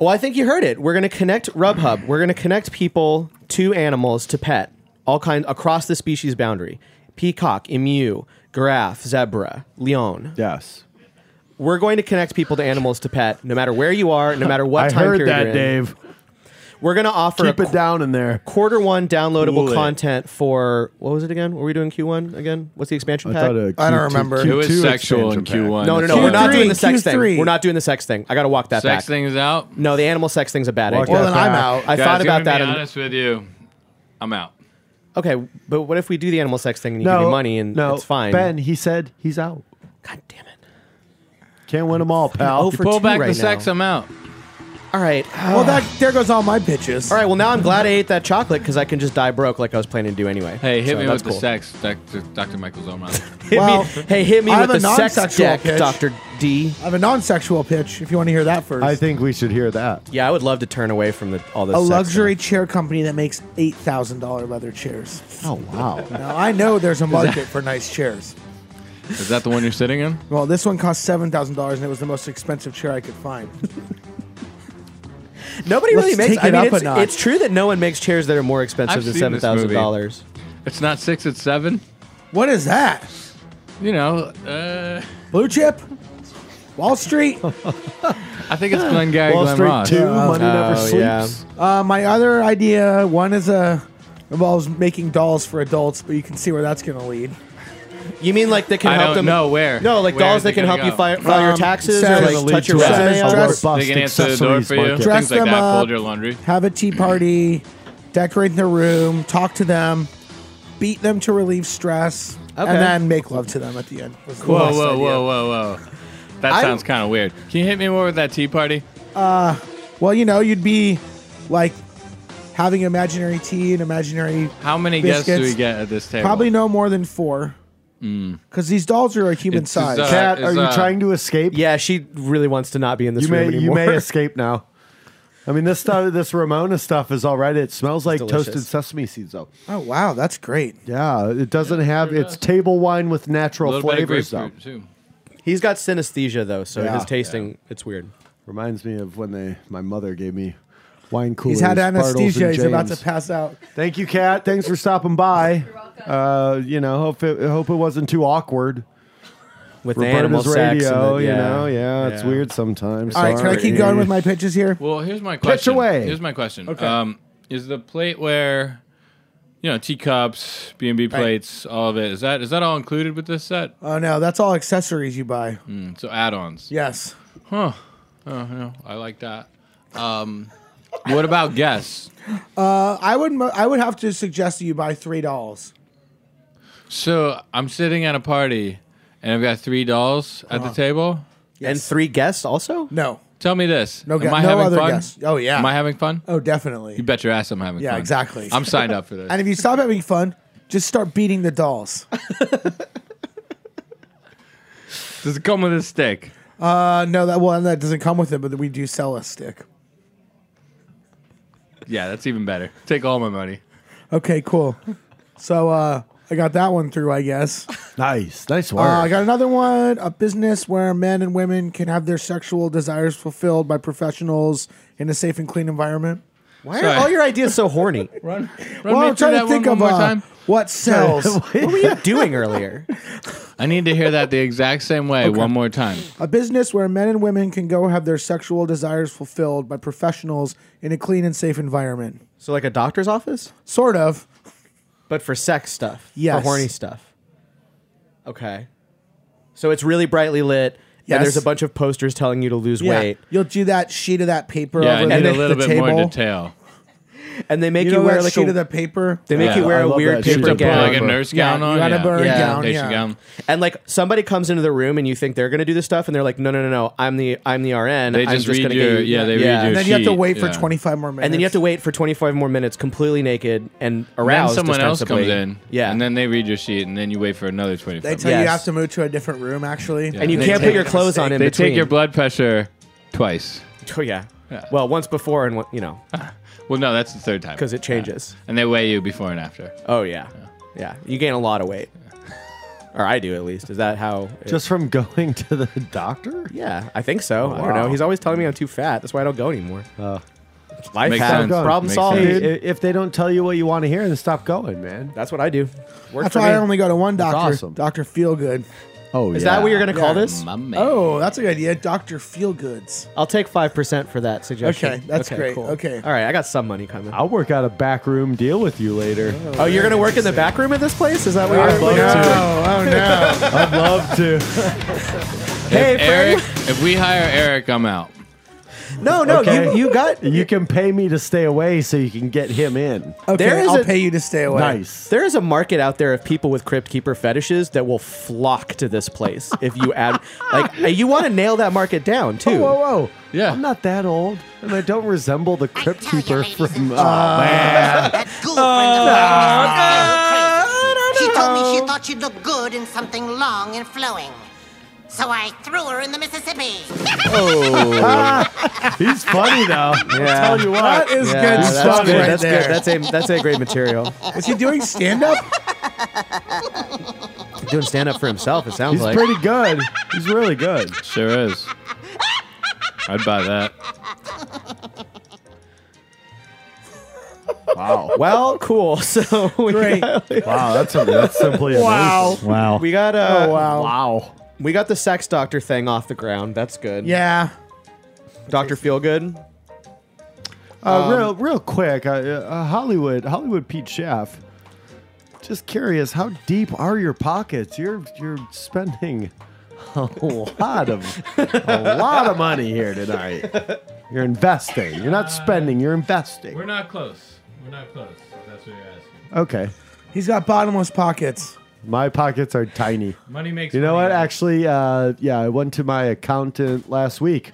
G: Well, I think you heard it. We're going to connect RubHub. We're going to connect people to animals to pet, all kind across the species boundary: peacock, emu, giraffe, zebra, leon.
D: Yes,
G: We're going to connect people to animals to pet, no matter where you are, no matter what
D: I
G: time
D: heard
G: period
D: that,
G: you're in.
D: Dave.
G: We're going to offer
D: Keep
G: a
D: it down in there.
G: quarter one downloadable
D: Cool it.
G: content for what was it again? Were we doing Q one again? What's the expansion pack?
E: I don't remember.
F: It was sexual in Q one.
G: No, no, no. We're not
E: Q3,
G: doing the sex
E: Q3.
G: thing. We're not doing the sex thing. I got to walk that
F: Sex
G: back.
F: thing is out.
G: No, the animal sex thing's a bad
D: Walk
G: idea.
E: well, then I'm
D: back.
E: out.
G: I
F: Guys,
G: thought
F: I'm
G: about
F: gonna
G: that.
F: Be
G: and-
F: honest with you, I'm out.
G: okay, but what if we do the animal sex thing and you
D: No
G: give me money and
D: no,
G: it's fine?
D: Ben, he said he's out.
G: God damn it.
D: Can't win them all, pal.
G: Oh, for
F: Pull
G: two
F: back
G: right
F: the sex.
G: now.
F: I'm out.
G: All right.
E: well, that there goes all my pitches.
G: All right. Well, now I'm glad I ate that chocolate because I can just die broke like I was planning to do anyway.
F: Hey, hit
G: So
F: me
G: that's
F: with the
G: cool.
F: sex, Dr. Dr. Michael Zomran.
G: Hit
E: Well,
G: me, hey, hit me
E: I
G: with the
E: have a
G: sex
E: non-sexual
G: deck,
E: pitch.
G: Doctor D.
E: I have a non-sexual pitch. If you want to hear that first,
D: I think we should hear that.
G: Yeah, I would love to turn away from the all this.
E: a
G: sex
E: luxury
G: stuff.
E: chair company that makes eight thousand dollar leather chairs.
D: Oh wow!
E: Now I know there's a market for nice chairs.
F: is that the one you're sitting in?
E: Well, this one cost seven thousand dollars, and it was the most expensive chair I could find.
G: Nobody really
E: Let's
G: makes.
E: take
G: I
E: it
G: mean,
E: up a
G: it's,
E: notch.
G: it's true that no one makes chairs that are more expensive
F: I've
G: than
F: seen
G: seven
F: this
G: thousand
F: movie.
G: dollars.
F: It's not six, it's seven.
E: what is that?
F: You know, uh,
E: Blue chip? Wall Street?
F: I think it's Glengarry
D: Wall
F: Glen
D: Street
F: Ross.
D: Two, Money Never
G: Oh, yeah.
D: Sleeps.
E: Uh, my other idea, one is a involves making dolls for adults, but you can see where that's going to lead.
G: You mean like they can
F: I
G: help
F: don't
G: them?
F: know where.
G: No, like
F: Where is
G: dolls
F: it
G: that can
F: gonna
G: help you
F: go?
G: fi- file your
E: Um,
G: taxes
E: says-
G: or
E: It's
G: like
E: gonna
G: touch
E: lead
G: your
E: to
G: resume.
E: a
G: out.
E: dress-
F: They can answer the door for you.
E: Dress
F: Things like
E: them
F: that.
E: up.
F: Fold your laundry.
E: Have a tea party, decorate their room, talk to them, beat them to relieve stress,
G: Okay.
E: and then make love to them at the end. was the
F: Whoa,
E: last
F: whoa,
E: idea.
F: whoa, whoa, whoa. That
G: I-
F: sounds kind of weird. Can you hit me more with that tea party?
E: Well, you know, you'd be like having imaginary tea and imaginary.
F: How many guests do
E: Biscuits.
F: we get at this table?
E: Probably no more than four. Because these dolls are a human
F: It's- it's,
E: size.
F: uh,
D: Cat,
F: is,
D: are you
F: uh,
D: trying to escape?
G: Yeah, she really wants to not be in this
D: you
G: room
D: may you
G: anymore.
D: may escape now. I mean, this stuff, this Ramona stuff is all right. It smells like
G: delicious.
D: toasted sesame seeds, though.
E: oh, wow. That's great.
D: Yeah, it doesn't have. It's table wine with
F: A
D: natural
F: little bit of
D: flavors, though.
F: grapefruit, too.
G: He's got synesthesia though, so
D: Yeah.
G: his tasting it's weird.
D: Reminds me of when they my mother gave me wine coolers.
E: He's had
D: Bartles,
E: anesthesia.
D: and
E: He's about to
D: James.
E: pass out.
D: Thank you, Kat. Thanks for stopping by. Uh, you know, hope it, hope it wasn't too awkward.
G: with the animal
D: Roberta's
G: sex. and the-
D: radio, you
G: yeah.
D: know, yeah, it's
F: Yeah.
D: weird sometimes.
E: All right, can I
D: sorry.
E: keep going with my pitches here?
F: Well, here's my question.
D: away.
F: Here's my question. Um, is the plateware, you know, teacups, B and B plates, all of it, is that is that all included with this set?
E: Oh no, that's all accessories you buy.
F: Mm, so add-ons.
E: Yes.
F: Huh. Oh no, I like that. Um, what about guests?
E: Uh, I would mo- I would have to suggest that you buy three dolls.
F: So I'm sitting at a party, and I've got three dolls at the
E: Uh-huh.
F: table.
G: And three guests also?
E: No.
F: Tell me this.
E: No
F: Am
E: gu-
F: I
E: no
F: having
E: other
F: fun?
E: guests. Oh, yeah.
F: Am I having fun?
E: Oh, definitely.
F: You bet your ass I'm having
E: Yeah,
F: fun.
E: exactly.
F: I'm signed up for this.
E: And if you stop having fun, just start beating the dolls.
F: Does it come with a stick?
E: Uh, no, that well, that doesn't come with it, but we do sell a stick.
F: Yeah, that's even better. Take all my money.
E: Okay, cool. So uh, I got that one through, I guess.
D: Nice, nice
E: Uh,
D: work.
E: I got another one: a business where men and women can have their sexual desires fulfilled by professionals in a safe and clean environment.
G: Why are
F: Sorry.
G: all your ideas so horny? what
F: Run, run
E: Well,
F: me
E: I'm
F: through
E: trying
F: that
E: to think
F: one,
E: of
F: one
E: uh,
F: more time.
E: what sells.
G: were you doing earlier?
F: I need to hear that the exact same way one more time.
E: A business where men and women can go have their sexual desires fulfilled by professionals in a clean and safe environment.
G: So like a doctor's office,
E: Sort of.
G: but for sex stuff,
E: Yes.
G: for horny stuff. Okay. So it's really brightly lit.
E: Yes.
G: And there's a bunch of posters telling you to lose
E: Yeah.
G: weight,
E: You'll do that sheet of that paper
F: Yeah, I
E: over
F: need
E: the,
F: a little
E: the
F: bit
E: table.
F: more detail.
G: and they make
E: You
G: you,
E: know
G: wear
E: that
G: like
E: sheet
G: a,
E: of that paper?
G: they make
D: Yeah,
G: you wear
D: I
G: a
D: love
G: weird
D: that sheet
G: paper
D: of
F: Put
G: gown,
F: like a
D: but-
F: nurse
E: Yeah,
F: gown on.
E: you gotta
F: yeah.
E: burn
F: yeah.
E: gown,
F: Patient
E: yeah.
F: gown.
G: and like somebody comes into the room and you think they're gonna do this stuff, and they're like, no, no, no, no, I'm the I'm the RN.
F: They
G: I'm
F: just read
G: gonna
F: your-
G: get you.
F: yeah, they read
E: And
F: your-
E: then you have to
F: sheet,
E: wait for
F: yeah.
E: 25 more minutes.
G: And then you have to wait for 25 more minutes, completely naked and
F: Then
G: aroused.
F: someone else comes
G: ostensibly.
F: in.
G: Yeah,
F: And then they read your sheet, and then you wait for another 25
E: They
F: minutes.
E: tell you you
G: Yes.
E: have to move to a different room, actually.
F: Yeah.
G: and you
F: They
G: can't
F: take-
G: put your clothes on in
F: They
G: between.
F: take your blood pressure twice.
G: Oh yeah.
F: Yeah.
G: Well, once before and one, you know,
F: Well, no, that's the third time.
G: because it changes.
F: And they weigh you before and after.
G: Oh yeah. Yeah. You gain a lot of weight. Or I do at least. Is that how it-
D: Just from going to the doctor?
G: Yeah, I think so. I don't know. He's always telling me I'm too fat. That's why I don't go anymore.
D: Oh.
G: Life
F: Makes
G: happens.
F: sense.
G: Problem
F: Makes
G: solved.
D: Hey,
F: sense.
G: dude.
D: i- if they don't tell you what you want to hear, then stop going, man.
G: That's what I do. Work
E: That's
G: for
E: why
G: me.
E: I only go to one doctor,
D: awesome.
E: Dr. Feelgood.
D: Oh,
G: Is that what you're gonna call this?
F: My man.
E: Oh, that's a good idea. Dr. Feelgoods.
G: I'll take five percent for that suggestion.
E: Okay, that's great. Okay.
G: All right, I got some money coming.
D: I'll work out a backroom deal with you later.
G: Oh, you're gonna work in the back room of this place? Is that what
D: I'd love
G: you're
D: to.
E: Oh, no.
D: I'd love to.
G: Hey,
F: Eric, if we hire Eric, I'm out.
G: No, no,
D: Okay.
G: you, you got
D: You can pay me to stay away so you can get him in.
E: okay,
G: There is
E: I'll
G: a-
E: pay you to stay away.
D: Nice.
G: There is a market out there of people with crypt keeper fetishes that will flock to this place if you add like you want to nail that market down too.
D: Whoa, whoa, whoa.
F: Yeah.
D: I'm not that old, and I don't resemble the crypt
L: tell you,
D: keeper
L: ladies
D: from.
L: and
D: Uh, man.
L: That ghoul friend of
K: Ah.
L: mine was getting crazy. She told me she thought she'd look good in something long and flowing. So I threw her in the Mississippi.
D: He's funny, though.
G: Yeah.
D: I'll tell you what.
E: That is
G: Yeah,
E: good
G: that's
E: stuff
G: good.
E: right
G: that's
E: there.
G: good. That's a that's a great material.
E: Is he doing stand up?
G: He's doing stand up for himself. It sounds
D: He's
G: like
D: pretty good. He's really good.
F: Sure is. I'd buy that.
D: Wow.
G: well, cool. So we
E: Great.
G: got
D: Wow, that's, that's simply
E: Wow.
D: amazing. Wow.
G: we got uh,
E: Oh, wow.
D: Wow.
G: we got the sex doctor thing off the ground. That's good.
E: Yeah.
G: Doctor Feelgood.
D: Uh, real, real quick, uh, uh, Hollywood, Hollywood Pete Schaff. Just curious, how deep are your pockets? You're you're spending a lot of a lot of money here tonight. You're investing. You're not spending. You're investing.
F: not close. We're not close. That's what you're asking.
D: Okay,
E: He's got bottomless pockets.
D: my pockets are tiny.
F: Money makes
D: You know what? Actually, uh, yeah, I went to my accountant last week,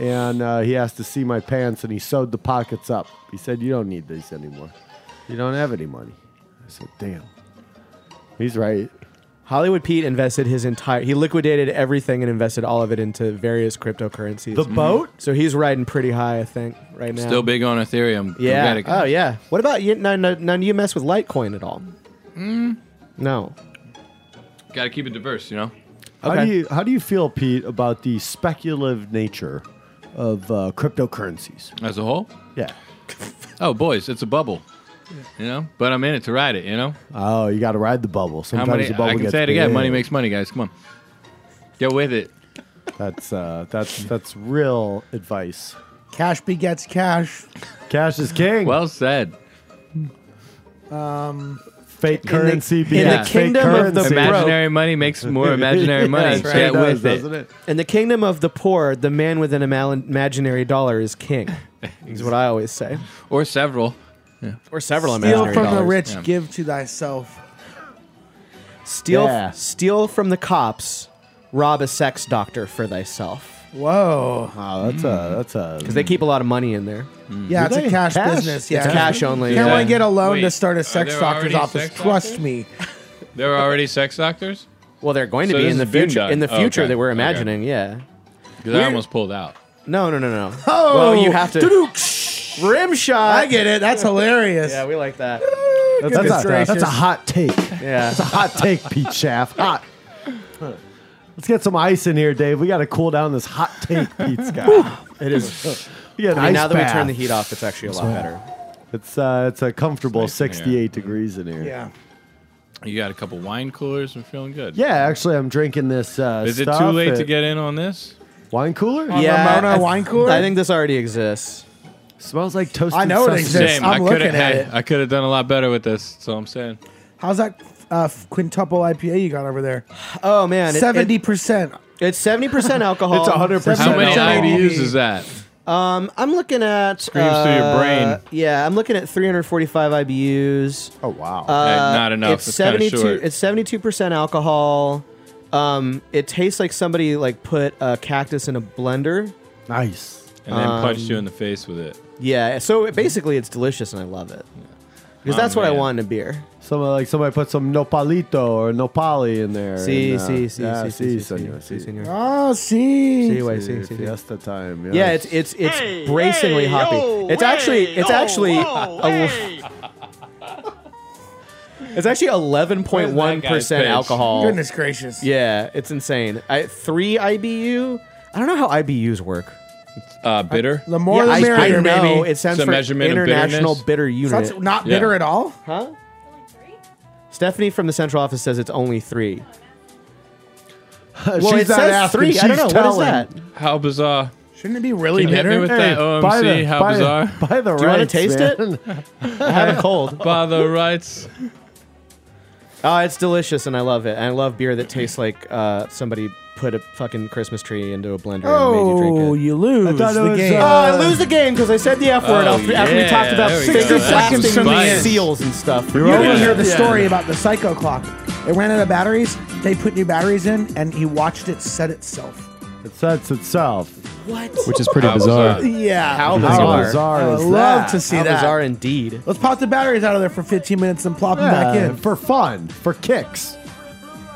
D: and uh, he asked to see my pants, and he sewed the pockets up. He said, "You don't need these anymore. You don't have any money." I said, "Damn." He's right.
G: Hollywood Pete invested his entire. He liquidated everything and invested all of it into various cryptocurrencies. Mm.
F: Mm-hmm.
D: boat.
G: so he's riding pretty high, I think, right now.
F: Still big on Ethereum.
G: Yeah.
F: We gotta-
G: Oh
D: Uh,
G: yeah. What about you? Now, now, now, do you mess with Litecoin at all?
E: Mm.
G: No.
F: Gotta keep it diverse, you know?
D: How
G: Okay.
D: do you How do you feel, Pete, about the speculative nature of uh, cryptocurrencies?
F: As a whole?
D: Yeah.
F: Oh, boys, it's a bubble. You know? But I'm in it to ride it, you know?
D: Oh, you got to ride the bubble.
F: How
D: Sometimes
F: many?
D: the bubble
F: I can
D: gets
F: say it again.
D: big.
F: Money makes money, guys. Come on. Get with it.
D: That's uh, that's that's real advice.
E: Cash begets cash.
D: Cash is king.
F: Well said.
E: Um,
D: Fake
E: in the-
D: currency.
E: in the
D: beats fake
G: kingdom of the
D: currency.
F: Imaginary money makes more imaginary money.
G: That's right.
F: Get
G: It does,
F: with it.
D: doesn't it?
G: In the kingdom of the poor, the man with an ima- imaginary dollar is king. is what I always say.
F: Or several.
G: Or several
E: steal
G: imaginary
E: from the
G: dollars.
E: rich,
F: yeah.
E: give to thyself.
G: Steal,
D: Yeah.
G: steal from the cops. Rob a sex doctor for thyself.
E: Whoa.
D: Wow, that's
F: Mm.
D: a that's a
G: Because they keep a lot of money in there.
E: Yeah,
D: Do
E: it's
D: they?
E: a cash,
D: Cash?
E: business.
D: It's
E: Yeah,
G: It's cash only.
E: You don't
F: Yeah.
E: want to get a loan to
F: Wait,
E: start
F: are
E: a sex
F: there
E: doctor's
F: already
E: office.
F: sex
E: Trust
F: doctors?
E: me.
F: There were already sex doctors?
G: Well, they're going to
F: So
G: be
F: this
G: in the
F: has been
G: future.
F: done.
G: In the
F: Oh,
G: future
F: okay.
G: that we're
F: Okay.
G: imagining, yeah.
F: Because I almost pulled out.
G: No, no, no, no. Oh, well, you have to rim shot.
E: I get it. That's hilarious.
G: Yeah, we like that.
D: that's, that's, a, that's a hot take.
G: Yeah,
D: Hot take, Pete Shaft. Hot. Let's get some ice in here, Dave. We got to cool down this hot take, Pete's guy. it is. Yeah,
G: I mean, now that we turn the heat off, it's actually a lot better.
D: It's uh, it's a comfortable
F: It's nice in here.
D: 68 degrees in here.
E: Yeah.
F: You got a couple wine coolers. I'm feeling good.
D: Yeah, actually, I'm drinking this. Uh,
F: Is it too
D: stuff
F: late to
D: at-
F: get in on this?
D: wine cooler?
G: yeah,
E: Ramona
G: I th-
E: wine cooler?
G: I think this already exists.
D: smells like toasted.
E: I know it
D: sausage.
E: exists. Yes, I'm
F: I could have.
E: looking at it.
F: I could have done a lot better with this. So I'm saying.
E: How's that uh, quintuple IPA you got over there?
G: Oh man, it- it-
E: Seventy percent.
G: it's seventy percent alcohol.
D: It's 100 percent.
F: How many
E: Seven
F: IBUs
E: dollars.
F: is that?
G: Um, I'm looking at
F: Screams through your
G: uh,
F: brain.
G: Yeah, I'm looking at 345 IBUs.
D: Oh wow.
G: Uh,
F: not enough.
G: It's
F: It's kinda
G: 72.
F: short.
G: It's 72 percent alcohol. Um, it tastes like somebody like put a cactus in a blender.
D: nice.
F: And then punched you in the face with it.
G: Yeah. So it, basically, it's delicious, and I love it because
F: Oh,
G: that's what I
F: man.
G: want in a beer.
D: Somebody like somebody put some nopalito or nopali in there.
G: See,
D: and, uh,
G: see, see,
D: yeah,
G: see, see, see,
D: senor,
G: see,
D: see.
G: senor.
E: Oh, see.
G: See, wait, see,
D: See,
G: see, see.
D: Fiesta time.
G: Yeah,
D: yes.
G: it's it's it's bracingly hoppy. it's actually it's actually a- it's actually eleven point one
F: Where's that
G: percent
F: guy's
G: alcohol.
E: Goodness gracious.
G: oh. Yeah, it's insane. I, three IBU. I don't know how IBUs work.
F: Uh, bitter.
E: The more
G: yeah,
E: the
G: I,
E: merrier,
G: I know
E: baby.
G: it sounds
F: It's a
G: for
F: measurement of
G: international
F: bitterness.
E: So
G: bitter unit.
E: that's not
F: Yeah.
E: bitter at all.
G: huh? Stephanie from the central office says it's only three. Well,
D: She's
G: it
D: not
G: says
D: asking,
G: three. I don't know
D: she's
G: what is
D: telling.
G: that. Do
F: How bizarre.
E: Shouldn't it be really
F: Can you hit me
E: bitter?
F: with that
D: buy
F: OMC?
D: the,
F: Um, How
D: buy
F: bizarre.
D: The, buy the
G: you want to
D: rights,
G: taste
D: man.
G: it? I have a cold.
F: By the rights.
G: Oh, it's delicious, and I love it. And I love beer that tastes like uh, somebody put a fucking Christmas tree into a blender and made you
E: Oh,
G: drink it.
E: you lose
D: thought it
E: the
D: was,
E: game.
G: Oh, I lose the game because I said the F word
F: Oh,
G: after, after we
F: yeah,
G: talked about
F: there we go.
G: fingers
F: That's
G: lasting
F: some
G: from
F: spice.
G: seals and stuff.
E: you
D: You're
E: didn't
D: over
E: hear
D: here.
E: the story about the psycho clock. It ran out of batteries. They put new batteries in, and he watched it set itself.
D: It sets itself.
M: which is pretty
F: How
M: bizarre.
E: Yeah.
G: How
D: How
G: bizarre.
D: bizarre
E: I
D: is
E: would love
D: that?
E: to see
G: How
E: that.
G: bizarre indeed.
E: Let's pop the batteries out of there for 15 minutes and plop
D: Yeah,
E: them back in.
D: for fun, for kicks.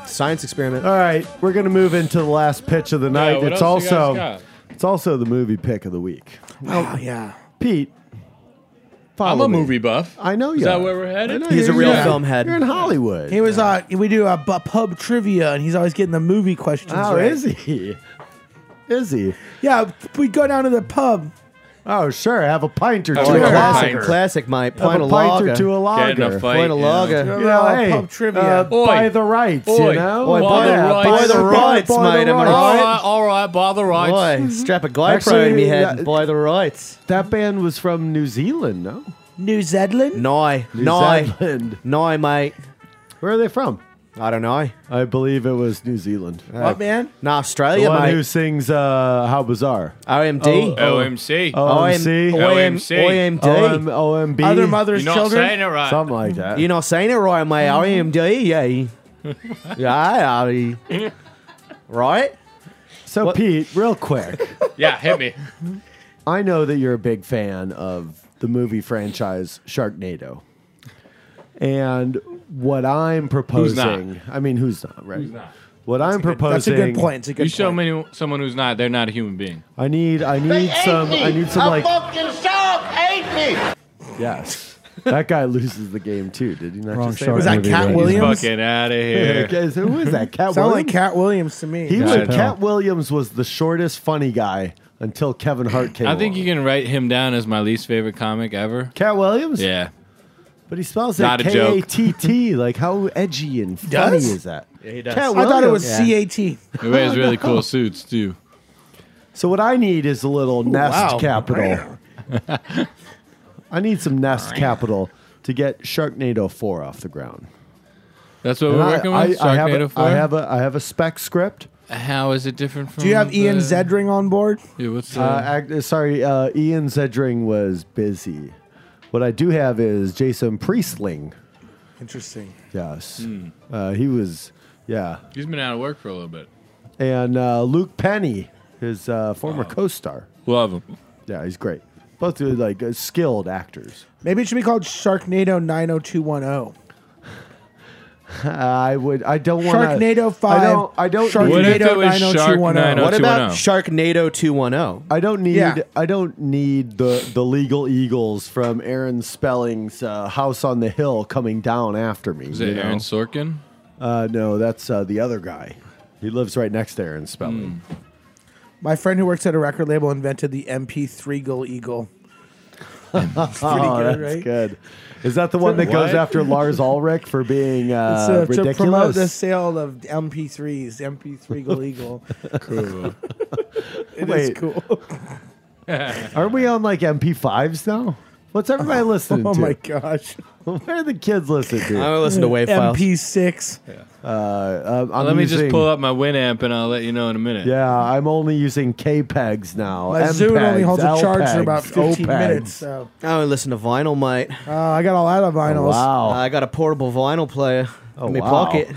G: Science experiment.
D: All right, we're gonna move into the last pitch of the night.
F: what
D: it's
F: else you guys
D: also
F: got?
D: it's also the movie pick of the week.
E: Oh, yeah.
D: Pete,
F: I'm
D: follow
F: a
D: me.
F: movie buff.
D: I know you.
F: Is that
D: are.
F: where we're
D: I
F: headed?
D: know
G: He's a
D: you're-
G: real
D: yeah.
G: film head.
D: You're in Hollywood.
E: He was, uh, we do a bu- pub trivia, and he's always getting the movie questions.
D: How
E: right.
D: Oh, is he? Is he?
E: Yeah, we go down to the pub.
D: Oh, sure. Have a pint or two.
F: Oh,
D: of
F: yeah.
D: lager.
G: classic,
F: Lager.
G: classic, my
D: Have
G: point
D: a
G: of
D: pint or two
G: lager.
D: of
F: Get in
D: lager.
F: a fight.
G: Point of
F: you know.
G: lager.
D: You know,
E: Uh,
D: hey,
E: pub trivia.
D: uh,
F: Oi.
D: buy the rights,
F: Oi.
D: you know?
F: Oi, buy the
D: Yeah,
F: rights.
D: buy the rights,
G: Buy the
D: mate. Am I
G: rights.
F: All
D: right?
F: right, all right, by the rights.
G: Boy,
E: Mm-hmm.
G: strap a glide
D: Actually,
G: pro in me head
D: yeah.
G: and buy the rights.
D: That band was from New Zealand, no?
E: New Zealand?
G: No,
D: New
G: no,
D: Zealand.
G: no, mate.
D: Where are they from?
G: I don't know.
D: I believe it was New Zealand.
E: What, man?
G: Nah,
D: the
G: Australia,
D: one who
G: mate.
D: sings uh, How Bizarre.
G: OMD.
F: OMC.
E: Oh,
D: OMC.
F: OMC.
G: OMD.
D: OM, OMB.
E: Other mother's
F: You're not
E: children? Mm.
F: saying it right.
D: Something like that.
G: You're not saying it right, mate. OMD, yeah. yeah, yeah. yeah. Right?
D: so,
G: What-
D: Pete, real quick,
F: yeah, hit me.
D: I know that you're a big fan of the movie franchise Sharknado. And what I'm proposing, I mean, who's not, right? What I'm
E: That's
D: proposing,
E: a good point. It's a good
F: You show
E: point.
F: me someone who's not, they're not a human being.
D: I need, I need some, I need some like
J: fucking shark ate me!
D: Yes. that guy loses the game too. Did he not
M: Wrong
D: just say
M: shark
E: Was that
M: movie,
E: Cat
M: right?
E: Williams?
F: Fucking out of
D: that?
F: here.
D: Okay, so Who is that? Cat
E: Sound
D: Williams.
E: like Cat Williams to me.
D: he
F: Chappelle.
D: was, Cat Williams was the shortest funny guy until Kevin Hart came.
F: I think
D: along.
F: you can write him down as my least favorite comic ever.
D: Cat Williams.
F: Yeah.
D: But he spells
F: Not
D: it
F: a joke.
D: K A T T. Like, how edgy and funny
F: does?
D: is that?
F: Yeah, he does.
D: Cat
E: I thought it was
D: Williams.
E: C-A-T.
F: He wears really
D: No.
F: cool suits too.
D: So what I need is a little nest
F: wow.
D: capital. I need some nest capital to get Sharknado 4 off the ground.
F: That's what
D: And
F: we're
D: I-
F: working with.
D: I, I have
F: Sharknado
D: a,
F: 4?
D: I have a I have a spec script.
F: How is it different from?
E: Do you have E Ian
F: the-
E: Zedring on board?
F: Yeah, what's the-
D: Uh, act, sorry, uh, Ian Zedring was busy. What I do have is Jason Priestling.
E: Interesting.
D: Yes,
F: Hmm.
D: uh, he was. Yeah,
F: He's been out of work for a little bit.
D: and uh, Luke Penny, his uh, former co-star.
F: Love him.
D: Yeah, he's great. Both are, like uh, skilled actors.
E: Maybe it should be called Sharknado 90210.
D: Uh, I would. I don't want
E: Sharknado 5.
D: I don't. I don't.
E: Sharknado oh What if it was
G: 90210? Shark oh-
D: What about
F: oh?
G: 90210? Sharknado oh? 210?
D: I don't need.
G: Yeah.
D: I don't need the the legal eagles from Aaron Spelling's uh, House on the Hill coming down after me.
F: Is it
D: you know?
F: Aaron Sorkin?
D: Uh, no, that's uh, the other guy. He lives right next to Aaron Spelling.
E: My friend who works at a record label invented the MP3 Gull Eagle. It's Hmm. pretty
D: Oh,
E: good,
D: that's
E: right?
D: good. Is that the one that goes
E: What?
D: after Lars Ulrich for being uh,
E: It's, uh, to
D: ridiculous?
E: promote the sale of MP3s, MP3 Gull Eagle.
D: Cool.
E: It is
D: Wait.
E: cool.
D: Aren't we on like MP5s now? What's everybody listening
E: oh
D: to?
E: my gosh.
D: What are the kids listening to?
E: I only listen to WAV files. MP6.
D: Uh, uh, I'm
F: Let me
D: using-
F: just pull up my Winamp and I'll let you know in a minute.
D: Yeah, I'm only using KPEGs now.
E: My Zune only
D: MPEGs,
E: holds a charge for
D: LPEGs,
E: about 15
D: OPEGs.
E: minutes. So.
G: I only listen to vinyl, mate.
E: Uh, I got a lot of
D: Oh,
E: vinyls.
G: Uh, I got a portable vinyl player in my
E: Oh. wow.
G: pocket.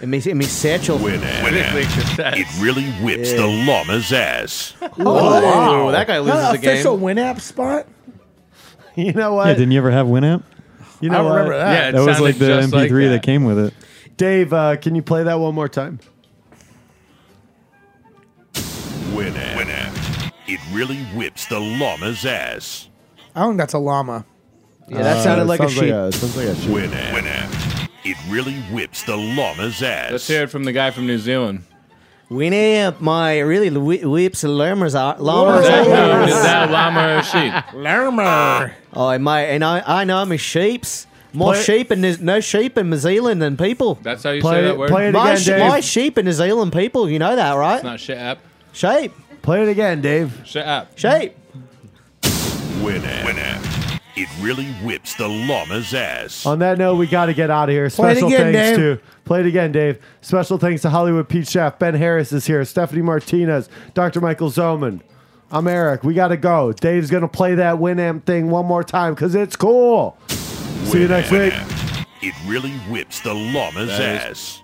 G: In me, in me satchel.
M: It really whips the llama's ass.
G: Oh, wow. that guy loses
E: Not
M: Ah,
G: the
E: an
G: game.
E: official Winamp spot?
D: You know what?
N: Yeah, didn't you ever have Winamp?
D: You know
E: I remember
D: what?
E: that. Yeah, it
N: that was like the
E: sounded
N: MP3
E: just like
N: that.
E: that.
N: came with it.
D: Dave, uh, can you play that one more time?
M: Winamp. Winamp. It really whips the llama's ass.
E: I don't think that's a llama.
M: Yeah, that Uh, sounded like a sounds like sheep. a-
D: sounds like a
M: Winamp. Winamp. It really whips the llama's ass.
F: Let's hear it from the guy from New Zealand.
G: Winamp, my really whi- whips llamas out.
F: Is
G: Llamas
F: that,
G: out.
F: is that llama or sheep?
G: Llama. Oh, my, and I, I know my sheeps. More
F: Play-
G: sheep and there's no sheep in New Zealand than people.
F: That's how you say that word.
G: my, sh- my sheep in New Zealand people, you know that, right?
F: It's not shit up.
G: Shape.
D: Play it again, Dave.
F: Shut up.
G: Shape.
M: Winamp. Winamp. It really whips the llama's ass.
D: On that note, we got to get out of here.
M: Play it
D: Special
M: again,
D: thanks
M: Dave.
D: to play it again, Dave. Special thanks to Hollywood Pete Chef. Ben Harris is here. Stephanie Martinez, Dr. Michael Zoman. I'm Eric. We got to go. Dave's gonna play that Winamp thing one more time because it's cool. See you next week.
M: It really whips the llama's
F: That is
M: ass.